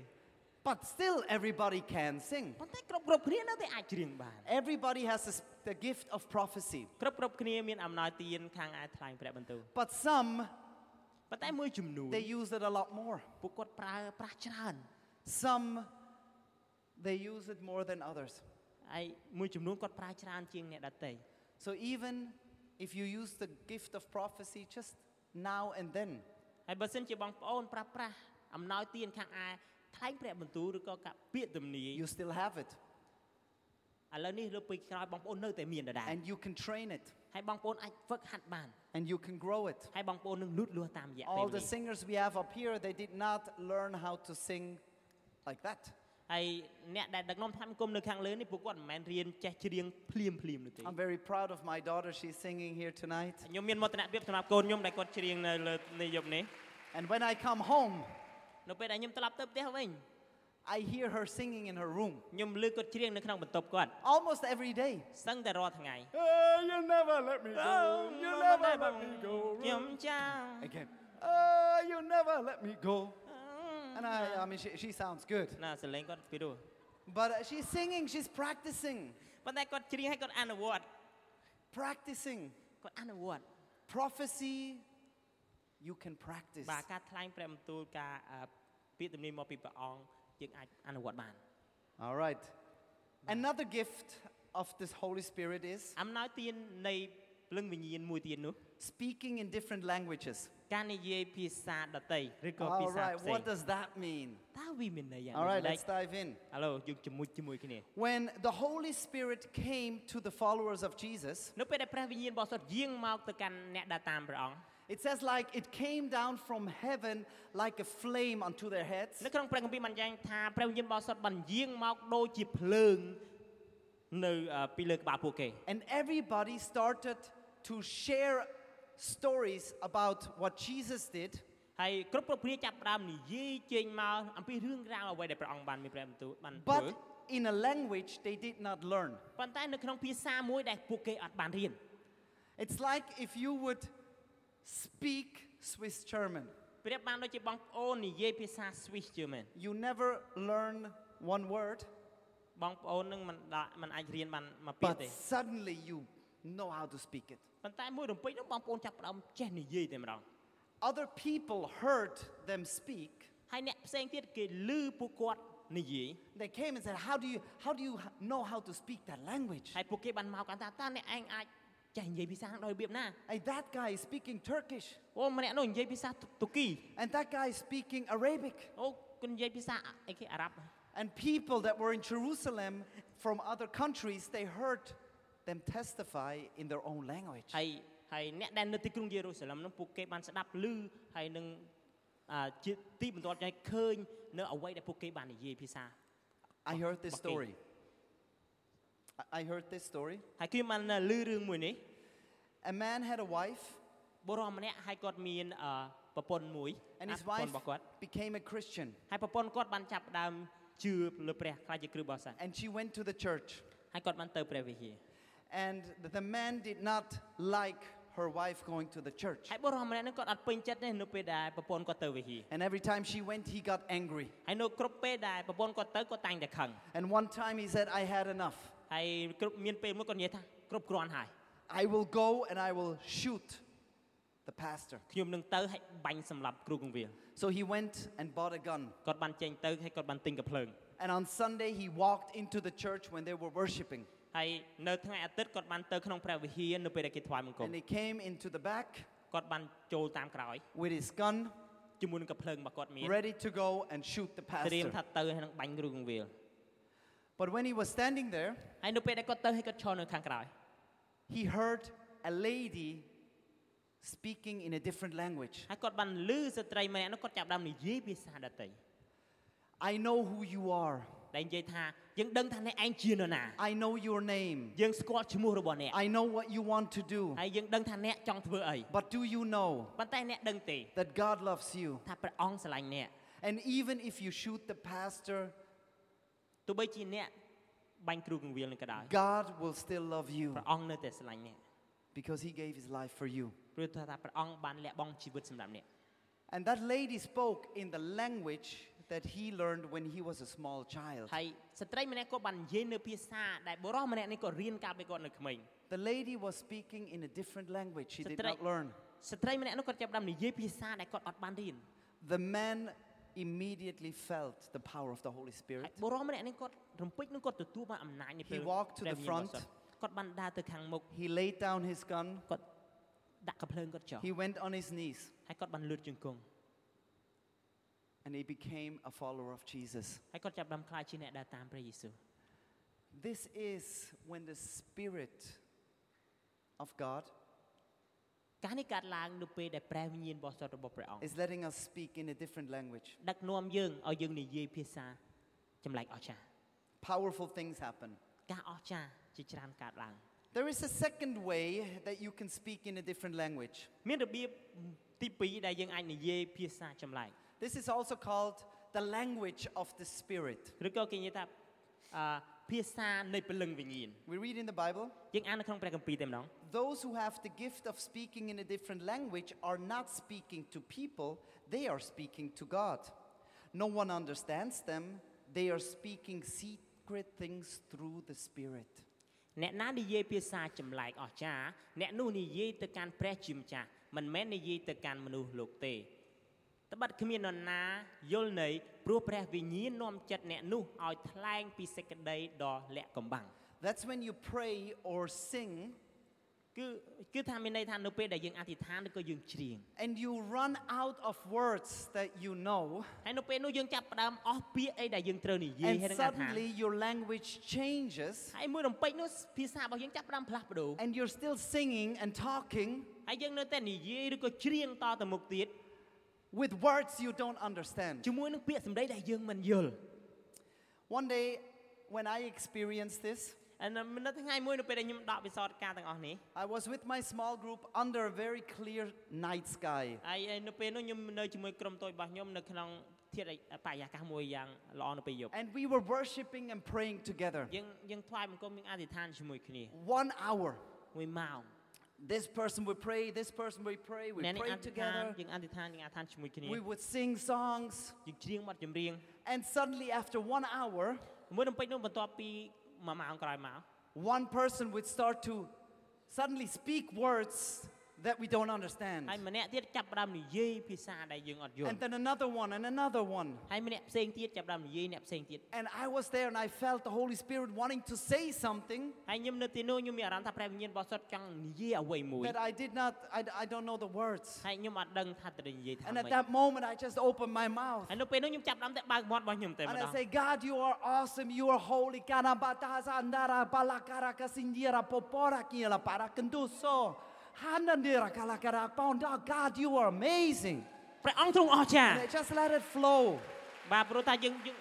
Speaker 1: But still, everybody can sing.
Speaker 2: ប៉ុន្តែគ្រប់គ្រប់គ្នានៅតែអាចច្រៀងបាន
Speaker 1: Everybody has the s- the gift of prophecy,
Speaker 2: គ្រប់គ្រប់គ្នាមានអំណោយទានខាងឯថ្លែងព្រះបន្ទូល
Speaker 1: but some
Speaker 2: ប៉ុន្តែមួយចំនួន
Speaker 1: they use it a lot more.
Speaker 2: ពួកគាត់ប្រើប្រាស់ច្រើន
Speaker 1: Some they use it more than others.
Speaker 2: ហើយមួយចំនួនគាត់ប្រើច្រើនជាងអ្នកដទៃ
Speaker 1: So even if you use the gift of prophecy just now and then,
Speaker 2: ហើយបើសិនជាបងប្អូនប្រើប្រាស់អំណោយទានខាងឯថ្លែងព្រះបន្ទូលឬក៏កាពាកយទំនាយ
Speaker 1: you still have it
Speaker 2: ឥឡូវនេះលើកពីក្រោយបងប្អូននៅតែមានដដែល
Speaker 1: and you can train it
Speaker 2: ហើយបងប្អូនអាចហ្វឹកហាត់បាន
Speaker 1: and you can grow it.
Speaker 2: ហើយបងប្អូននឹងលូតលាស់តាមរយៈពេល
Speaker 1: All the
Speaker 2: នេះ
Speaker 1: singers we have up here, they did not learn how to sing like that.
Speaker 2: ហើយអ្នកដែលដឹកនាំថ្នាក់គមនៅខាងលើនេះពួកគាត់មិនមែនរៀនចេះច្រៀងភ្លាមភ្លាមនោះទេ
Speaker 1: I'm very proud of my daughter. She's singing here tonight.
Speaker 2: ខ្ញុំមានមោទនភាពសម្រាប់កូនខ្ញុំដែលគាត់ច្រៀងនៅលើនេះយប់នេះ
Speaker 1: And when I come home,
Speaker 2: នៅពេលដែលខ្ញុំត្រឡប់ទៅផ្ទះវិញ
Speaker 1: I hear her singing in her room
Speaker 2: ខ្ញុំលើគាត់ច្រៀងនៅក្នុងបន្ទប់គាត់
Speaker 1: almost every day.
Speaker 2: សឹងតែរាល់ថ្ងៃ
Speaker 1: Oh, you never let me
Speaker 2: Oh, ខ្ញុំចាំ
Speaker 1: Again. Oh, you never let me go. And I, I mean, she, she sounds good.
Speaker 2: ណាសលេងគាត់ពីរោះ
Speaker 1: But uh, she's singing, she's practicing,
Speaker 2: ប៉ុន្តែគាត់ច្រៀងឲ្យគាត់អនុវត្ត
Speaker 1: practicing.
Speaker 2: គាត់អនុវត្ត
Speaker 1: Prophecy, you can practice.
Speaker 2: បាទការថ្លែងព្រះបន្ទូលការអឺពាក្យទំនាយមកពីព្រះអង្គយើងអាចអនុវត្តបាន
Speaker 1: All right. Another gift of this Holy Spirit is
Speaker 2: អំណោយទាននៃព្រលឹងវិញ្ញាណមួយទៀតនោះ
Speaker 1: speaking in different languages.
Speaker 2: ការនិយាយភាសាដទៃឬក៏ភា
Speaker 1: All
Speaker 2: សា
Speaker 1: right,
Speaker 2: ផ្សេង
Speaker 1: what does that mean?
Speaker 2: តើវាមានន័យយ៉ាង
Speaker 1: All right,
Speaker 2: ម៉េច
Speaker 1: let's dive in.
Speaker 2: ឥឡូវយើងជាមួយជាមួយគ្នា
Speaker 1: When the Holy Spirit came to the followers of Jesus,
Speaker 2: នៅពេលដែលព្រះវិញ្ញាណបរិសុទ្ធយាងមកទៅកាន់អ្នកដែលតាមព្រះអង្គ
Speaker 1: it says, like, it came down from heaven like a flame onto their heads.
Speaker 2: នៅក្នុងព្រះគម្ពីរបានយ៉ាងថាព្រះវិញ្ញាណបរិសុទ្ធបានយាងមកដូចជាភ្លើងនៅអឺពីលើក្បាលពួកគេ
Speaker 1: And everybody started to share stories about what Jesus did
Speaker 2: ហើយគ្រប់គ្រប់គ្នាចាប់ផ្ដើមនិយាយចេញមកអំពីរឿងរ៉ាវអ្វីដែលព្រះអង្គបានមានព្រះបន្ទូលបានធ្វើ
Speaker 1: but in a language they did not learn.
Speaker 2: ប៉ុន្តែនៅក្នុងភាសាមួយដែលពួកគេអត់បានរៀន
Speaker 1: It's like if you would speak Swiss German.
Speaker 2: ព្រះបានដូចជាបងប្អូននិយាយភាសាស្វីសជឿមែន
Speaker 1: You never learn one word,
Speaker 2: បងប្អូននឹងមិនដាក់មិនអាចរៀនបានមកពាក្យ
Speaker 1: but
Speaker 2: ទេ
Speaker 1: suddenly you know how to speak it.
Speaker 2: ប៉ុន្តែមួយរំពេចនោះបងប្អូនចាប់ផ្ដើមចេះនិយាយតែម្ដង
Speaker 1: Other people heard them speak.
Speaker 2: ហើយអ្នកផ្សេងទៀតគេឮពួកគាត់និយាយ
Speaker 1: They came and said, "How do you how do you h- know how to speak that language?"
Speaker 2: ហើយពួកគេបានមកកាន់ថាតើអ្នកឯងអាចចេះនិយាយភាសាដោយរបៀបណា
Speaker 1: Hey, that guy is speaking Turkish,
Speaker 2: អូម្នាក់នោះនិយាយភាសាទូគី
Speaker 1: and that guy is speaking Arabic.
Speaker 2: អូគាត់និយាយភាសាអីគេអារ៉ាប់
Speaker 1: And people that were in Jerusalem from other countries, they heard them testify in their own language.
Speaker 2: ហើយហើយអ្នកដែលនៅទីក្រុងយេរូសាឡិមនោះពួកគេបានស្ដាប់ឮហើយនឹងអាជាទីបន្ទាប់ឲ្យឃើញនៅអ្វីដែលពួកគេបាននិយាយភាសា
Speaker 1: I heard this
Speaker 2: Bak-
Speaker 1: story. I- I heard this story.
Speaker 2: ហើយខ្ញុំបានឮរឿងមួយនេះ
Speaker 1: A man had a wife,
Speaker 2: បុរសម្នាក់ហើយគាត់មានអឺប្រពន្ធមួយ
Speaker 1: and
Speaker 2: អា
Speaker 1: his
Speaker 2: ប្រពន្ធ
Speaker 1: wife
Speaker 2: របស់គាត់
Speaker 1: became a Christian,
Speaker 2: ហើយប្រពន្ធគាត់បានចាប់ផ្ដើមជឿលើព្រះខ្លាចជាគ្រឹះបរិស័ទ
Speaker 1: and she went to the church.
Speaker 2: ហើយគាត់បានទៅព្រះវិហារ
Speaker 1: And th- the man did not like her wife going to the church.
Speaker 2: ហើយបុរសម្នាក់ហ្នឹងគាត់អត់ពេញចិត្តទេនៅពេលដែលប្រពន្ធគាត់ទៅវិហារ
Speaker 1: And every time she went, he got angry.
Speaker 2: ហើយនៅគ្រប់ពេលដែលប្រពន្ធគាត់ទៅគាត់តែងតែខឹង
Speaker 1: And one time he said, I had enough.
Speaker 2: ហើយគ្រប់មានពេលមួយគាត់និយាយថាគ្រប់គ្រាន់ហើយ
Speaker 1: I will go and I will shoot the pastor.
Speaker 2: ខ្ញុំនឹងទៅហើយបាញ់សម្លាប់គ្រូគង្វាល
Speaker 1: So he went and bought a gun.
Speaker 2: គាត់បានចេញទៅហើយគាត់បានទិញកាភ្លើង
Speaker 1: And on Sunday, he walked into the church when they were worshiping.
Speaker 2: ហើយនៅថ្ងៃអាទិត្យគាត់បានទៅក្នុងព្រះវិហារនៅពេលដែលគេថ្វាយបង្គំ
Speaker 1: And he came into the back
Speaker 2: គាត់បានចូលតាមក្រោយ
Speaker 1: with his gun
Speaker 2: ជាមួយនឹងកំភ្លើងរបស់គាត់មាន
Speaker 1: ready to go and shoot the
Speaker 2: ត្រៀម
Speaker 1: pastor.
Speaker 2: ថាទៅហើយនឹងបាញ់គ្រូគង្វាល
Speaker 1: But when he was standing there,
Speaker 2: ហើយនៅពេលដែលគាត់ទៅហើយគាត់ឈរនៅខាងក្រោយ
Speaker 1: he heard a lady speaking in a different language.
Speaker 2: ហើយគាត់បានឮស្ត្រីម្នាក់នោះគាត់ចាប់ផ្ដើមនិយាយភាសាដទៃ
Speaker 1: I know who you are.
Speaker 2: ដែលនិយាយថាយើងដឹងថាអ្នកឯងជានរណា
Speaker 1: I know your name.
Speaker 2: យើងស្គាល់ឈ្មោះរបស់អ្នក
Speaker 1: I know what you want to do.
Speaker 2: ហើយយើងដឹងថាអ្នកចង់ធ្វើអី
Speaker 1: But do you know
Speaker 2: ប៉ុន្តែអ្នកដឹងទេ
Speaker 1: that God loves you?
Speaker 2: ថាព្រះអង្គស្រឡាញ់អ្នក
Speaker 1: And even if you shoot the pastor,
Speaker 2: ទោះបីជាអ្នកបាញ់គ្រូគង្វាលនឹងក៏ដោយ
Speaker 1: God will still love you
Speaker 2: ព្រះអង្គនៅតែស្រឡាញ់អ្នក
Speaker 1: because he gave his life for you.
Speaker 2: ព្រោះថាព្រះអង្គបានលះបង់ជីវិតសម្រាប់អ្នក
Speaker 1: And that lady spoke in the language that he learned when he was a small child.
Speaker 2: ហើយស្ត្រីម្នាក់គាត់បាននិយាយនៅភាសាដែលបុរសម្នាក់នេះគាត់រៀនកាលពីគាត់នៅក្មេង
Speaker 1: The lady was speaking in a different language she did
Speaker 2: Satra-
Speaker 1: not learn.
Speaker 2: ស្ត្រីម្នាក់នោះគាត់ចាប់ផ្ដើមនិយាយភាសាដែលគាត់អត់បានរៀន
Speaker 1: The man immediately felt the power of the Holy
Speaker 2: ហើ
Speaker 1: Spirit.
Speaker 2: យបុរម្នាក់នេះគាត់រំពេចនឹងគាត់ទទួលបានអំណាចនេះ
Speaker 1: He walked to the
Speaker 2: ព្រះវិ
Speaker 1: front.
Speaker 2: ញ្ញាណបរិសុទ្ធគាត់បានដើរទៅខាងមុខ
Speaker 1: He laid down his gun,
Speaker 2: គាត់ដាក់កំភ្លើងគាត់ចុះ
Speaker 1: he went on his knees,
Speaker 2: ហើយគាត់បានលឿតជង្គង់
Speaker 1: and he became a follower of Jesus.
Speaker 2: ហើយគាត់ចាប់ផ្ដើមខ្លាចជាអ្នកដើរតាមព្រះយេស៊ូវ
Speaker 1: This is when the Spirit of God
Speaker 2: ការនេះកើតឡើងនៅពេលដែលព្រះវិញ្ញាណបរិសុទ្ធរបស់ព្រះអង្គ
Speaker 1: is letting us speak in a different language.
Speaker 2: ដឹកនាំយើងឲ្យយើងនិយាយភាសាចម្លែកអស្ចារ្យ
Speaker 1: Powerful things happen.
Speaker 2: ការអស្ចារ្យជាច្រើនកើតឡើង
Speaker 1: There is a second way that you can speak in a different language.
Speaker 2: មានរបៀបទី2ដែលយើងអាចនិយាយភាសាចម្លែក
Speaker 1: This is also called the language of the Spirit.
Speaker 2: ឬក៏គេនិយាយថាអឺភាសានៃព្រលឹងវិញ្ញាណ
Speaker 1: We read in the Bible
Speaker 2: យើងអាននៅក្នុងព្រះគម្ពីរតែម្ដង
Speaker 1: those who have the gift of speaking in a different language are not speaking to people, they are speaking to God. No one understands them, they are speaking secret things through the Spirit.
Speaker 2: អ្នកណានិយាយភាសាចម្លែកអស្ចារ្យអ្នកនោះនិយាយទៅកាន់ព្រះជាម្ចាស់មិនមែននិយាយទៅកាន់មនុស្សលោកទេត្បិតគ្មាននរណាយល់ន័យព្រោះព្រះវិញ្ញាណនាំចិត្តអ្នកនោះឲ្យថ្លែងពីសេចក្តីដ៏លាក់កំបាំង
Speaker 1: That's when you pray or sing
Speaker 2: គឺគឺថាមានន័យថានៅពេលដែលយើងអធិដ្ឋានឬក៏យើងច្រៀង
Speaker 1: and you run out of words that you know,
Speaker 2: ហើយនៅពេលនោះយើងចាប់ផ្ដើមអស់ពាក្យអីដែលយើងត្រូវនិយាយ
Speaker 1: and
Speaker 2: ហើយនឹងអធិដ្ឋាន
Speaker 1: suddenly your language changes,
Speaker 2: ហើយមួយរំពេចនោះភាសារបស់យើងចាប់ផ្ដើមផ្លាស់ប្ដូរ
Speaker 1: and you're still singing and talking
Speaker 2: ហើយយើងនៅតែនិយាយឬក៏ច្រៀងតទៅមុខទៀត
Speaker 1: with words you don't understand.
Speaker 2: ជាមួយនឹងពាក្យសម្ដីដែលយើងមិនយល់
Speaker 1: One day, when I experienced this,
Speaker 2: អឺនៅថ្ងៃមួយនៅពេលដែលខ្ញុំដកវិសោធន៍ការទាំងអស់នេះ
Speaker 1: I was with my small group under a very clear night sky.
Speaker 2: ហើយហើយនៅពេលនោះខ្ញុំនៅជាមួយក្រុមតូចរបស់ខ្ញុំនៅក្នុងធាតុបរិយាកាសមួយយ៉ាងល្អនៅពេលយប់
Speaker 1: And we were worshiping and praying together.
Speaker 2: យើងយើងថ្វាយបង្គំយើងអធិដ្ឋានជាមួយគ្នា
Speaker 1: One hour.
Speaker 2: មួយម៉ោង
Speaker 1: This person would pray, this person would pray, we
Speaker 2: អ្នកនេះអ
Speaker 1: prayed
Speaker 2: ធិដ្ឋាន
Speaker 1: together.
Speaker 2: យើងអធិដ្ឋានយើងអធិដ្ឋានជាមួយគ្នា
Speaker 1: We would sing songs.
Speaker 2: យើងច្រៀងបទចម្រៀង
Speaker 1: And suddenly, after one hour,
Speaker 2: មួយរំពេចនោះបន្ទាប់ពីមួយម៉ោងក្រោយមក
Speaker 1: one person would start to suddenly speak words that we don't understand.
Speaker 2: ហើយម្នាក់ទៀតចាប់ផ្ដើមនិយាយភាសាដែលយើងអត់យល់
Speaker 1: And then another one, and another one.
Speaker 2: ហើយម្នាក់ផ្សេងទៀតចាប់ផ្ដើមនិយាយអ្នកផ្សេងទៀត
Speaker 1: And I was there and I felt the Holy Spirit wanting to say something
Speaker 2: ហើយខ្ញុំនៅទីនោះខ្ញុំមានអារម្មណ៍ថាព្រះវិញ្ញាណបរិសុទ្ធចង់និយាយអ្វីមួយ
Speaker 1: that I did not, I, I don't know the words.
Speaker 2: ហើយខ្ញុំអត់ដឹងថាត្រូវនិយាយថា
Speaker 1: And
Speaker 2: ម៉េ
Speaker 1: at
Speaker 2: ច
Speaker 1: that moment, I just opened my mouth.
Speaker 2: ហើយនៅពេលនោះខ្ញុំចាប់ផ្ដើមតែបើកមាត់របស់ខ្ញុំតែម្ដ
Speaker 1: And
Speaker 2: ង
Speaker 1: I say, God, you are awesome. You are holy. Kanabatazandara balakarakasindira poporakila parakanduso. Hanandira kalakarakonda. Oh, God, you are amazing.
Speaker 2: ព្រះអង្គទ្រង់អស្ចារ្យ
Speaker 1: And I just let it flow.
Speaker 2: បាទព្រោះថាយើងយើង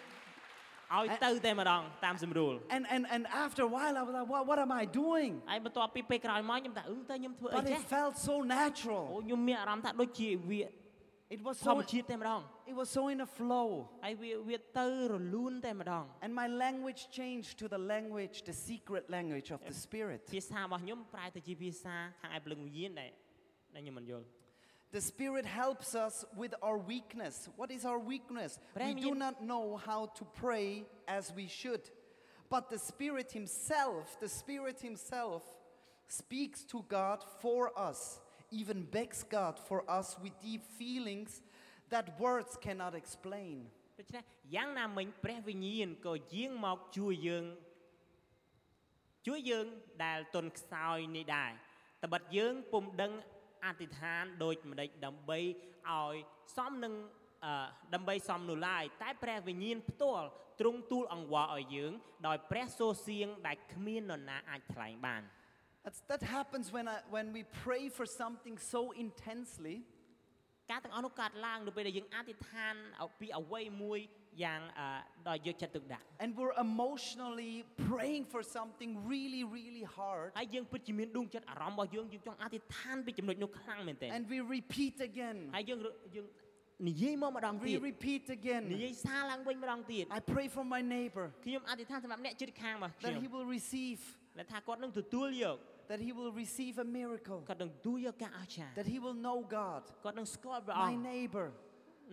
Speaker 2: ឲ្យទៅតែម្ដងតាមសម្រួល
Speaker 1: And, and, and after a while, I was like, what, what am I doing?
Speaker 2: ហើយបន្ទាប់ពីពេលក្រោយមកខ្ញុំថាអឺទៅខ្ញុំធ្វើអី
Speaker 1: But
Speaker 2: ចេះ
Speaker 1: it felt so
Speaker 2: អូ
Speaker 1: natural.
Speaker 2: ខ្ញុំមានអារម្មណ៍ថាដូចជាវា
Speaker 1: It was
Speaker 2: ធម្ម
Speaker 1: so,
Speaker 2: ជាតិតែម្ដង
Speaker 1: it was so in a flow.
Speaker 2: ហើយវាវាទៅរលូនតែម្ដង
Speaker 1: And my language changed to the language, the secret language of the Spirit.
Speaker 2: ភាសារបស់ខ្ញុំប្រែទៅជាភាសាខាងឯព្រលឹងវិញ្ញាណដែលដែលខ្ញុំមិនយល់
Speaker 1: The Spirit helps us with our weakness. What is our weakness?
Speaker 2: But I
Speaker 1: we do
Speaker 2: mean-
Speaker 1: not know how to pray as we should. But the Spirit Himself, the Spirit Himself speaks to God for us, even begs God for us with deep feelings that words cannot explain.
Speaker 2: ដូច្នេះយ៉ាងណាមិញព្រះវិញ្ញាណក៏យាងមកជួយយើងជួយយើងដែលទន់ខ្សោយនេះដែរត្បិតយើងពុំដឹង អធិដ្ឋានដូចម្ដេចដើម្បីឲ្យសមនឹងអឺដើម្បីសមនោះឡើយតែព្រះវិញ្ញាណផ្ទាល់ទ្រង់ទូលអង្វរឲ្យយើង ដោយព្រះសូរសៀងដែលគ្មាននរណាអាចថ្លែងបាន
Speaker 1: That's, that happens when, I, when we pray for something so intensely
Speaker 2: ការទាំងអស់នោះកើតឡើងនៅពេលដែលយើងអធិដ្ឋានអំពីអ្វីមួយយ៉ាងអឺដោយយកចិត្តទុកដាក់
Speaker 1: and we're emotionally praying for something really, really hard.
Speaker 2: ហើយយើងពិតជាមានដួងចិត្តអារម្មណ៍របស់យើងយើងចង់អធិដ្ឋានពីចំណុចនោះខ្លាំងមែនទែន
Speaker 1: And we repeat again.
Speaker 2: ហើយយើងរយើងនិយាយមកម្ដងទៀ
Speaker 1: We
Speaker 2: ត
Speaker 1: repeat
Speaker 2: និ
Speaker 1: again.
Speaker 2: យាយសារឡើងវិញម្ដងទៀត
Speaker 1: I pray for my neighbor
Speaker 2: ខ្ញុំអធិដ្ឋានសម្រាប់អ្នកជិតខាងមកខ្ញុំ
Speaker 1: that he will receive,
Speaker 2: ដែលថាគាត់នឹងទទួលយក
Speaker 1: that he will receive a miracle,
Speaker 2: គាត់នឹងទទួលយកការអស្ចារ្យ
Speaker 1: that he will know God,
Speaker 2: គាត់នឹងស្គាល់ព្រះអ
Speaker 1: my
Speaker 2: ង្គ
Speaker 1: neighbor.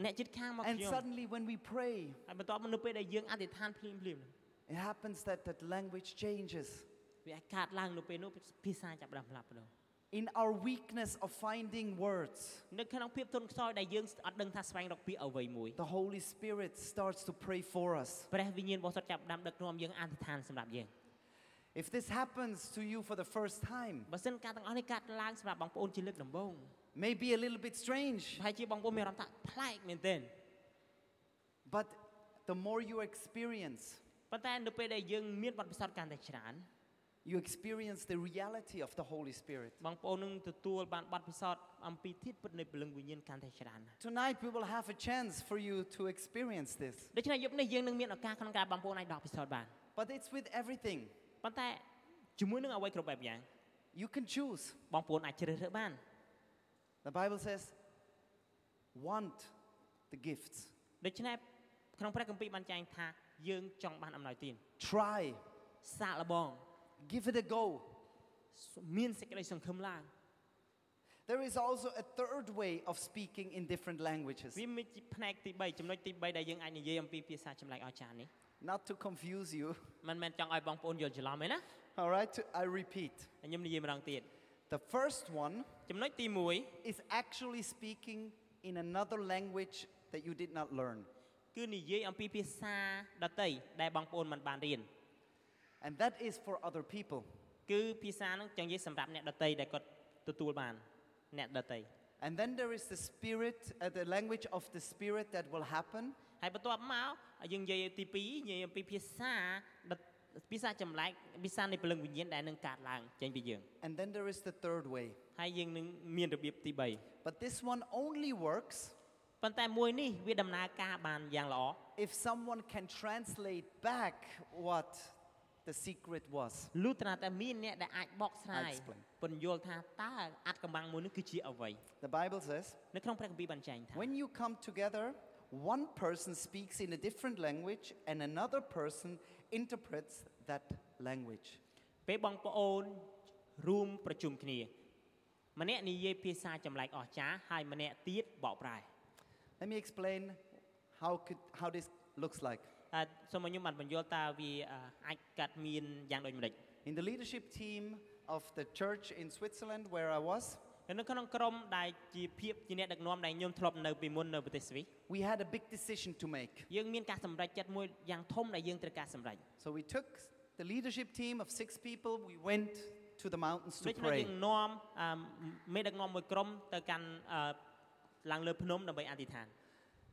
Speaker 2: អ្នកជិតខាងមក
Speaker 1: And
Speaker 2: ខ្ញុំ
Speaker 1: suddenly, when we pray,
Speaker 2: ហើយបន្ទាប់មកនៅពេលដែលយើងអធិដ្ឋានភ្លាមភ្លាមៗ
Speaker 1: it happens that that language changes.
Speaker 2: វាអាចកើតឡើងនៅពេលនោះភាសាចាប់ផ្ដើមផ្លាស់ប្ដូរ
Speaker 1: In our weakness of finding words,
Speaker 2: នៅក្នុងភាពទន់ខ្សោយដែលយើងអត់ដឹងថាស្វែងរកពាក្យអ្វីមួយ
Speaker 1: the Holy Spirit starts to pray for us.
Speaker 2: ព្រះវិញ្ញាណបរិសុទ្ធចាប់ផ្ដើមដឹកនាំយើងអធិដ្ឋានសម្រាប់យើង
Speaker 1: If this happens to you for the first time,
Speaker 2: បើសិនការទាំងអស់នេះកើតឡើងសម្រាប់បងប្អូនជាលើកដំបូង
Speaker 1: maybe a little bit strange,
Speaker 2: ប្រហែលជាបងប្អូនមានអារម្មណ៍ថាប្លែកមែនទែន
Speaker 1: but the more you experience,
Speaker 2: ប៉ុន្តែនៅពេលដែលយើងមានបទពិសោធន៍កាន់តែច្រើន
Speaker 1: you experience the reality of the Holy Spirit.
Speaker 2: បងប្អូននឹងទទួលបានបទពិសោធន៍អំពីធាតុពិតនៃព្រលឹងវិញ្ញាណកាន់តែច្រើនណាស់
Speaker 1: Tonight we will have a chance for you to experience this.
Speaker 2: ដូច្នេះយប់នេះយើងនឹងមានឱកាសក្នុងការបងប្អូនអាចដកពិសោធន៍បាន
Speaker 1: But it's with everything.
Speaker 2: ប៉ុន្តែជាមួយនឹងអ្វីគ្រប់បែបយ៉ាង
Speaker 1: You can choose.
Speaker 2: បងប្អូនអាចជ្រើសរើសបាន
Speaker 1: The Bible says, want the gifts,
Speaker 2: ដូច្នេះក្នុងព្រះគម្ពីរបានចែងថាយើងចង់បានអំណោយទាន
Speaker 1: try,
Speaker 2: សាកល្បង
Speaker 1: give it a go.
Speaker 2: មានសេចក្តីសង្ឃឹមឡើង
Speaker 1: There is also a third way of speaking in different languages.
Speaker 2: វាមានជាផ្នែកទី3ចំណុចទី3ដែលយើងអាចនិយាយអំពីភាសាចម្លែកអស្ចារ្យនេះ
Speaker 1: Not to confuse you.
Speaker 2: មិនមែនចង់ឲ្យបងប្អូនយល់ច្រឡំទេណា
Speaker 1: All right, To- I repeat.
Speaker 2: ខ្ញុំនិយាយម្ដងទៀត
Speaker 1: The first one
Speaker 2: ចំណុចទី
Speaker 1: is actually speaking in another language that you did not learn.
Speaker 2: 1គឺនិយាយអំពីភាសាដតីដែលបងប្អូនមិនបានរៀន
Speaker 1: And that is for other people.
Speaker 2: គឺភាសាហ្នឹងចង់និយាយសម្រាប់អ្នកដតីដែលគាត់ទទួលបានអ្នកដតី
Speaker 1: And then there is the spirit, uh, the language of the spirit that will happen.
Speaker 2: ហើយបន្ទាប់មកយើងនិយាយទី2និយាយអំពីភាសាដភាសាចម្លែកភាសានៃព្រលឹងវិញ្ញាណដែលនឹងកើតឡើងចេញពីយើង
Speaker 1: And then there is the third way.
Speaker 2: ហើយយើងនឹងមានរបៀបទី3
Speaker 1: But this one only works
Speaker 2: ប៉ុន្តែមួយនេះវាដំណើរការបានយ៉ាងល្អ
Speaker 1: if someone can translate back what the secret was.
Speaker 2: លុះត្រាតែមានអ្នកដែលអាចបកស្រាយ
Speaker 1: I explain.
Speaker 2: ពន្យល់ថាតើអត្តកម្បាំងមួយនេះគឺជាអ្វី
Speaker 1: The Bible says,
Speaker 2: នៅក្នុងព្រះគម្ពីរបានចែងថា
Speaker 1: when you come together, one person speaks in a different language and another person interprets that language.
Speaker 2: ពេលបងប្អូនរួមប្រជុំគ្នា ម្នាក់និយាយភាសាចម្លែកអស្ចារ្យហើយម្នាក់ទៀតបកប្រែ
Speaker 1: Let me explain how, could, how this looks like.
Speaker 2: តែសូមឲ្យខ្ញុំបានបញ្យល់តើវាអឺអាចកាត់មានយ៉ាងដូចម្ដេច
Speaker 1: In the leadership team of the church in Switzerland where I was,
Speaker 2: នៅក្នុងក្រុមដែលជាភាពជាអ្នកដឹកនាំដែលខ្ញុំធ្លាប់នៅពីមុននៅប្រទេសស្វីស
Speaker 1: we had a big decision to make.
Speaker 2: យើងមានការសម្រេចចិត្តមួយយ៉ាងធំដែលយើងត្រូវការសម្រេច
Speaker 1: So we took the leadership team of six people, we went to the mountains
Speaker 2: ដូ
Speaker 1: to
Speaker 2: ច្នេះយើ
Speaker 1: pray.
Speaker 2: ងនាំអឺមេដឹកនាំមួយក្រុមទៅកាន់អឺឡើងលើភ្នំដើម្បីអធិដ្ឋាន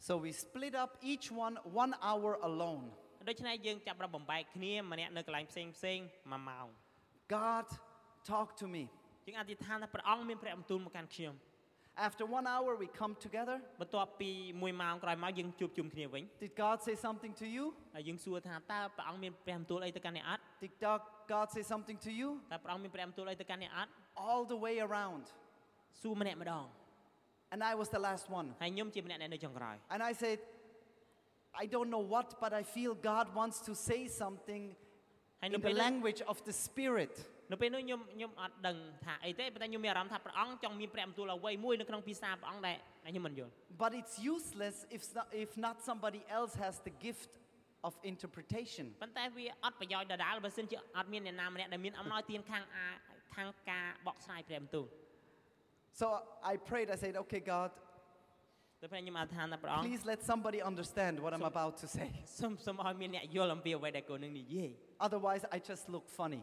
Speaker 1: So we split up each one one hour alone.
Speaker 2: ដូច្នេះយើងចាប់រាប់បំបែកគ្នាម្នាក់នៅកន្លែងផ្សេងផ្សេងមួយម៉ោង
Speaker 1: God, talk to me.
Speaker 2: យើងអធិដ្ឋានថាព្រះអង្គមានព្រះបន្ទូលមកកាន់ខ្ញុំ
Speaker 1: After one hour, we come together.
Speaker 2: បន្ទាប់ពី1ម៉ោងក្រោយមកយើងជួបជុំគ្នាវិញ
Speaker 1: Did God say something to you?
Speaker 2: ហើយយើងសួរថាតើព្រះអង្គមានព្រះបន្ទូលអីទៅកាន់អ្នកអត់
Speaker 1: Did God God say something to you?
Speaker 2: តើព្រះអង្គមានព្រះបន្ទូលអីទៅកាន់អ្នកអត់
Speaker 1: All the way around.
Speaker 2: សួរម្នាក់ម្ដង
Speaker 1: And I was the last one.
Speaker 2: ហើយខ្ញុំជាម្នាក់ដែលនៅចុងក្រោយ
Speaker 1: And I said, I don't know what, but I feel God wants to say something
Speaker 2: ហើយនៅ
Speaker 1: in
Speaker 2: ពេល
Speaker 1: the
Speaker 2: នោះ
Speaker 1: language of the Spirit.
Speaker 2: នៅពេលនោះខ្ញុំខ្ញុំអត់ដឹងថាអីទេប៉ុន្តែខ្ញុំមានអារម្មណ៍ថាព្រះអង្គចង់មានព្រះបន្ទូលអ្វីមួយនៅក្នុងភាសាព្រះអង្គដែលខ្ញុំមិនយល់
Speaker 1: But it's useless if, s- if not somebody else has the gift of interpretation.
Speaker 2: ប៉ុន្តែវាអត់ប្រយោជន៍ដដែលបើសិនជាអត់មានអ្នកណាម្នាក់ដែលមានអំណោយទានខាងអាខាងការបកស្រាយព្រះបន្ទូល
Speaker 1: Ah. So I prayed, I said, okay, God,
Speaker 2: ដូច្នេះខ្ញុំអធិដ្ឋានថាព្រះអង្គ
Speaker 1: Please let somebody understand what I'm
Speaker 2: So-
Speaker 1: about to say.
Speaker 2: សូមសូមឲ្យមានអ្នកយល់អំពីអ្វីដែលកូននឹងនិយាយ
Speaker 1: Otherwise, I just look funny.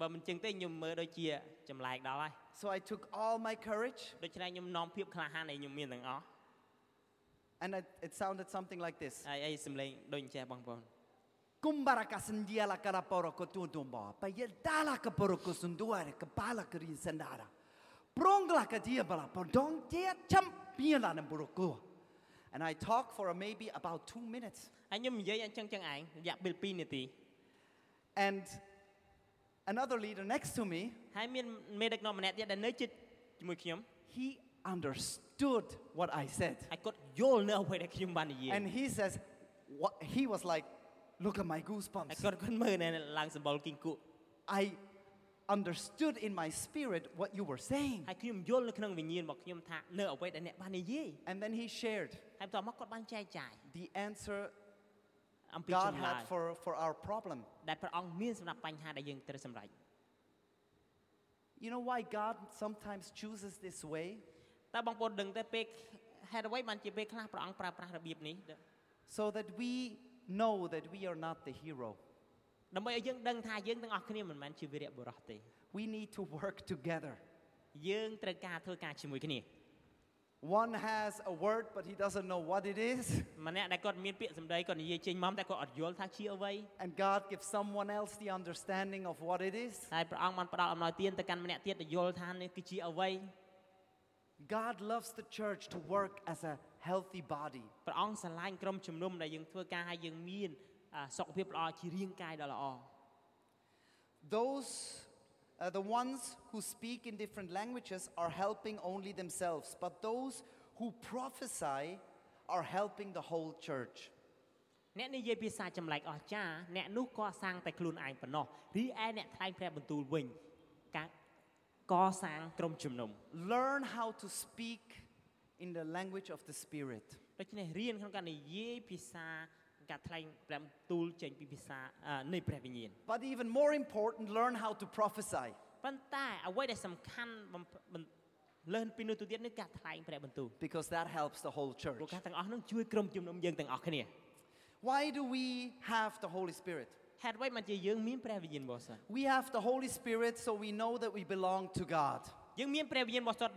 Speaker 2: បើមិនចឹងទេខ្ញុំមើលដូចជាចម្លែកដល់ហើយ
Speaker 1: So I took all my courage
Speaker 2: ដូច្នេះខ្ញុំនាំភាពក្លាហានឲ្យខ្ញុំមានទាំងអស់
Speaker 1: and I, it sounded something like this.
Speaker 2: ហើយអីសំឡេងដូចអញ្ចេះបងប្អូន
Speaker 1: Kumbarakasandiala karaporokotundumba, payedala kaporokosundua kapala karinsandara. Prongla kadiabala podong tia champiela namburoko. And I talked for maybe about two minutes.
Speaker 2: ហើយខ្ញុំនិយាយអញ្ចឹងចឹងឯងរយៈពេល2នាទី
Speaker 1: And another leader next to me,
Speaker 2: ហើយមានមេដឹកនាំម្នាក់ទៀតដែលនៅជិតជាមួយខ្ញុំ
Speaker 1: he understood what I said.
Speaker 2: ហើយគាត់យល់នៅអ្វីដែលខ្ញុំបាននិយាយ
Speaker 1: And he says, what, he was like, look at my
Speaker 2: ហើយ
Speaker 1: goosebumps.
Speaker 2: គាត់គាត់មើលនៅឡើងសម្បល់គីងគក់
Speaker 1: I understood in my spirit what you were saying.
Speaker 2: ហើយខ្ញុំយល់នៅក្នុងវិញ្ញាណរបស់ខ្ញុំថានៅអ្វីដែលអ្នកបាននិយាយ
Speaker 1: And then he shared
Speaker 2: ហើយបន្ទាប់មកគាត់បានចែកចាយ
Speaker 1: the answer
Speaker 2: អំពី
Speaker 1: God
Speaker 2: ចម្លើយ
Speaker 1: had for, for our problem.
Speaker 2: ដែលព្រះអង្គមានសម្រាប់បញ្ហាដែលយើងត្រូវសម្រេច
Speaker 1: You know why God sometimes chooses this way?
Speaker 2: តើបងប្អូនដឹងទេពេលហេតុអ្វីបានជាពេលខ្លះព្រះអង្គប្រើប្រាស់របៀបនេះ
Speaker 1: So that we know that we are not the hero.
Speaker 2: ដើម្បីឲ្យយើងដឹងថាយើងទាំងអស់គ្នាមិនមែនជាវីរៈបុរសទេ
Speaker 1: We need to work together.
Speaker 2: យើងត្រូវការធ្វើការជាមួយគ្នា
Speaker 1: One has a word, but he doesn't know what it is.
Speaker 2: ម្នាក់ដែលគាត់មានពាក្យសម្ដីគាត់និយាយចេញមកតែគាត់អត់យល់ថាជាអ្វី
Speaker 1: And God gives someone else the understanding of what it is.
Speaker 2: ហើយព្រះអង្គបានផ្ដល់អំណោយទានទៅកាន់ម្នាក់ទៀតដែលយល់ថានេះគឺជាអ្វី
Speaker 1: God loves the church to work as a healthy body.
Speaker 2: ព្រះអង្គស្រឡាញ់ក្រុមជំនុំដែលយើងធ្វើការហើយយើងមានអ่าសុខភាពល្អជារាងកាយដ៏ល្អ
Speaker 1: Those, uh, the ones who speak in different languages are helping only themselves, but those who prophesy are helping the whole church.
Speaker 2: អ្នកនិយាយភាសាចម្លែកអស្ចារ្យអ្នកនោះក៏សាងតែខ្លួនឯងប៉ុណ្ណោះរីឯអ្នកថ្លែងព្រះបន្ទូលវិញការកសាងក្រុមជំនុំ
Speaker 1: Learn how to speak in the language of the Spirit.
Speaker 2: ដូច្នេះរៀនក្នុងការនិយាយភាសាការថ្លែងព្រះបន្ទូលចេញពីភាសាអ่าនៃព្រះវិញ្ញាណ
Speaker 1: But even more important, learn how to prophesy.
Speaker 2: ប៉ុន្តែអ្វីដែលសំខាន់បំផបំលើសពីនោះទៅទៀតនេះការថ្លែងព្រះបន្ទូល
Speaker 1: Because that helps the whole church.
Speaker 2: ព្រោះការទាំងអស់នោះជួយក្រុមជំនុំយើងទាំងអស់គ្នា
Speaker 1: Why do we have the Holy Spirit?
Speaker 2: ហេតុអ្វីបានជាយើងមានព្រះវិញ្ញាណបរិសុទ្ធ
Speaker 1: We have the Holy Spirit so we know that we belong to God,
Speaker 2: យើងមានព្រះវិញ្ញាណបរិសុទ្ធ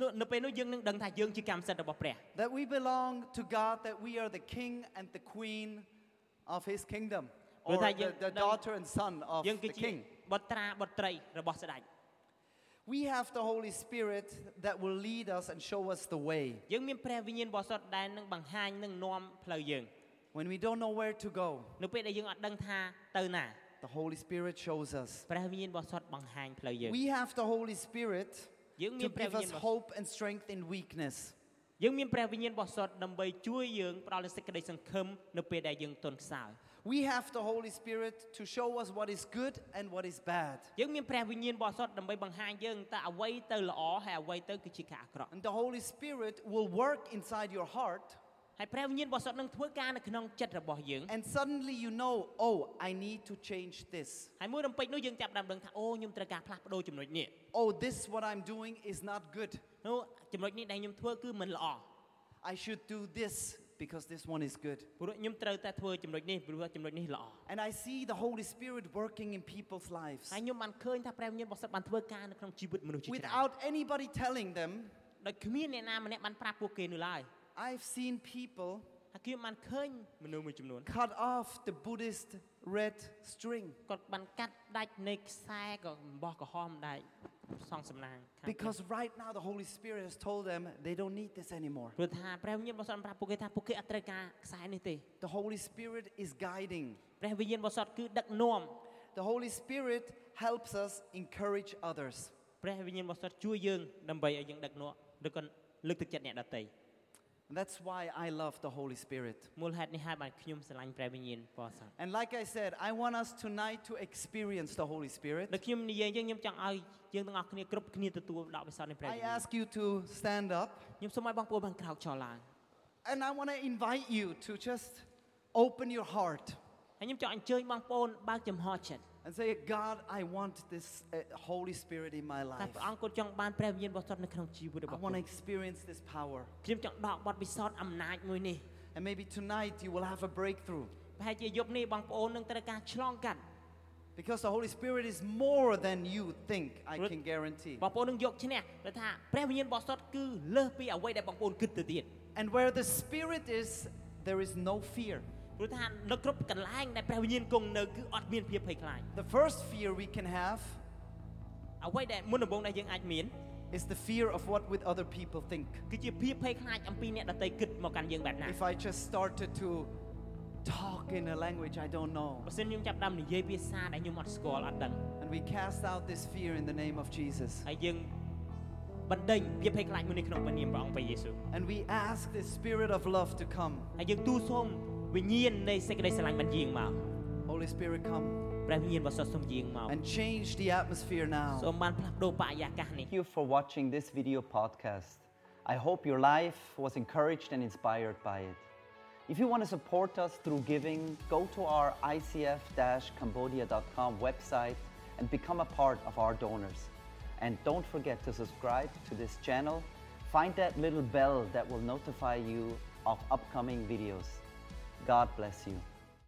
Speaker 2: នៅនៅពេលនោះយើងនឹងដឹងថាយើងជាកម្មសិទ្ធិរបស់ព្រះ
Speaker 1: that we belong to God, that we are the king and the queen of His kingdom, or
Speaker 2: But that
Speaker 1: the,
Speaker 2: you-
Speaker 1: the
Speaker 2: that-
Speaker 1: daughter and son of
Speaker 2: យើង
Speaker 1: the
Speaker 2: គឺជា
Speaker 1: king.
Speaker 2: បុត្រាបុត្រីរបស់ស្ដេច
Speaker 1: We have the Holy Spirit that will lead us and show us the way.
Speaker 2: យើងមានព្រះវិញ្ញាណបរិសុទ្ធដែលនឹងបង្ហាញនិងនាំផ្លូវយើង
Speaker 1: When we don't know where to go,
Speaker 2: នៅពេលដែលយើងអត់ដឹងថាទៅណា
Speaker 1: the Holy Spirit shows us.
Speaker 2: ព្រះវិញ្ញាណបរិសុទ្ធបង្ហាញផ្លូវយើង
Speaker 1: We have the Holy Spirit
Speaker 2: Yung
Speaker 1: to
Speaker 2: may
Speaker 1: give us
Speaker 2: pavilion ba?
Speaker 1: hope and strength in weakness.
Speaker 2: យើងមានព្រះវិញ្ញាណបរិសុទ្ធដើម្បីជួយយើងផ្ដល់នូវសេចក្តីសង្ឃឹមនៅពេលដែលយើងទន់ខ្សោយ
Speaker 1: We have the Holy Spirit to show us what is good and what is bad.
Speaker 2: យើងមានព្រះវិញ្ញាណបរិសុទ្ធដើម្បីបង្ហាញយើងតើអ្វីទៅល្អហើយអ្វីទៅគឺជាការអាក្រក់
Speaker 1: And the Holy Spirit will work inside your heart,
Speaker 2: ហើយព្រះវិញ្ញាណបរិសុទ្ធនឹងធ្វើការនៅក្នុងចិត្តរបស់យើង
Speaker 1: and suddenly you know, oh, I need to change this.
Speaker 2: ហើយមួយរំពេចនោះយើងចាប់ផ្ដើមដឹងថាអូខ្ញុំត្រូវការផ្លាស់ប្ដូរចំណុចនេះ
Speaker 1: Oh, this, what I'm doing, is not good.
Speaker 2: នោះចំណុចនេះដែលខ្ញុំធ្វើគឺមិនល្អ
Speaker 1: I should do this because this one is good.
Speaker 2: ព្រោះខ្ញុំត្រូវតែធ្វើចំណុចនេះព្រោះចំណុចនេះល្អ
Speaker 1: And I see the Holy Spirit working in people's lives
Speaker 2: ហើយខ្ញុំបានឃើញថាព្រះវិញ្ញាណបរិសុទ្ធបានធ្វើការនៅក្នុងជីវិតមនុស្សជាច្រើន
Speaker 1: without anybody telling them.
Speaker 2: ដោយគ្មានអ្នកណាម្នាក់បានប្រាប់ពួកគេនោះឡើយ
Speaker 1: I've seen people
Speaker 2: ហើយខ្ញុំបានឃើញមនុស្សមួយចំនួន
Speaker 1: cut off the Buddhist red string
Speaker 2: គាត់បានកាត់ដាច់នៃខ្សែក៏អំបោះក្រហមដែរសងសំឡាងខាង
Speaker 1: because right now the Holy Spirit has told them they don't need this anymore.
Speaker 2: ព្រោះថាព្រះវិញ្ញាណបរិសុទ្ធបានប្រាប់ពួកគេថាពួកគេអត់ត្រូវការខ្សែនេះទេ
Speaker 1: The Holy Spirit is guiding.
Speaker 2: ព្រះវិញ្ញាណបរិសុទ្ធគឺដឹកនាំ
Speaker 1: The Holy Spirit helps us encourage others.
Speaker 2: ព្រះវិញ្ញាណបរិសុទ្ធជួយយើងដើម្បីឲ្យយើងដឹកនាំឬក៏លើកទឹកចិត្តអ្នកដទៃ
Speaker 1: And that's why I love the Holy Spirit.
Speaker 2: មូលហេតុនេះហើយបានខ្ញុំស្រឡាញ់ព្រះវិញ្ញាណបរិសុទ្ធ
Speaker 1: And like I said, I want us tonight to experience the Holy
Speaker 2: ដូ
Speaker 1: Spirit.
Speaker 2: ចខ្ញុំនិយាយអញ្ចឹងខ្ញុំចង់ឲ្យយើងទាំងអស់គ្នាគ្រប់គ្នាទទួលដកពិសោធន៍នៃព្រះ
Speaker 1: I
Speaker 2: វិញ្ញាណ
Speaker 1: ask you to stand up
Speaker 2: ខ្ញុំសូមឲ្យបងប្អូនបានក្រោកឈរឡើង
Speaker 1: and I want to invite you to just open your heart
Speaker 2: ហើយខ្ញុំចង់អញ្ជើញបងប្អូនបើកចំហចិត្ត
Speaker 1: and say, God, I want this uh, Holy Spirit in my
Speaker 2: តែ
Speaker 1: life.
Speaker 2: ព្រះអង្គគាត់ចង់បានព្រះវិញ្ញាណរបស់ទ្រង់នៅក្នុងជីវិតរប
Speaker 1: I
Speaker 2: ស់
Speaker 1: want to experience this power.
Speaker 2: ខ្ញុំចង់ដកបទពិសោធន៍អំណាចមួយនេះ
Speaker 1: And maybe tonight you will have a breakthrough
Speaker 2: ប្រហែលជាយប់នេះបងប្អូននឹងត្រូវការឆ្លងកាត់
Speaker 1: because the Holy Spirit is more than you think, I
Speaker 2: Good.
Speaker 1: can guarantee.
Speaker 2: បងប្អូននឹងយកឈ្នះដែលថាព្រះវិញ្ញាណរបស់សតគឺលើសពីអ្វីដែលបងប្អូនគិតទៅទៀត
Speaker 1: And where the Spirit is, there is no fear.
Speaker 2: ព្រោះថានៅគ្រប់កន្លែងដែលព្រះវិញ្ញាណគង់នៅគឺអត់មានភាពភ័យខ្លាច
Speaker 1: The first fear we can have
Speaker 2: អ្វីដែលមុនដំបូងដែលយើងអាចមាន
Speaker 1: is the fear of what would other people think.
Speaker 2: គឺជាភាពភ័យខ្លាចអំពីអ្នកដទៃគិតមកកាន់យើងបែបណា
Speaker 1: If I just started to talk in a language I don't know,
Speaker 2: បើសិនខ្ញុំចាប់ផ្ដើមនិយាយភាសាដែលខ្ញុំអត់ស្គាល់អត់ដឹង
Speaker 1: and we cast out this fear in the name of Jesus.
Speaker 2: ហើយយើងបណ្ដេញភាពភ័យខ្លាចមួយនេះក្នុងព្រះនាមព្រះអង្គព្រះយេស៊ូវ
Speaker 1: And we ask the Spirit of love to come.
Speaker 2: ហើយយើងទូលសូមវិញ្ញាណនៃសេចក្តីស្រឡាញ់បានយាងមក
Speaker 1: Holy Spirit, come
Speaker 2: ព្រះវិញ្ញាណរបស់សតសូមយាងមក
Speaker 1: and change the atmosphere now.
Speaker 2: សូមបានផ្លាស់ប្ដូរបរិយាកាសនេះ
Speaker 3: Thank you for watching this video podcast. I hope your life was encouraged and inspired by it. If you want to support us through giving, go to our icf-cambodia.com website and become a part of our donors. And don't forget to subscribe to this channel. Find that little bell that will notify you of upcoming videos. God bless you.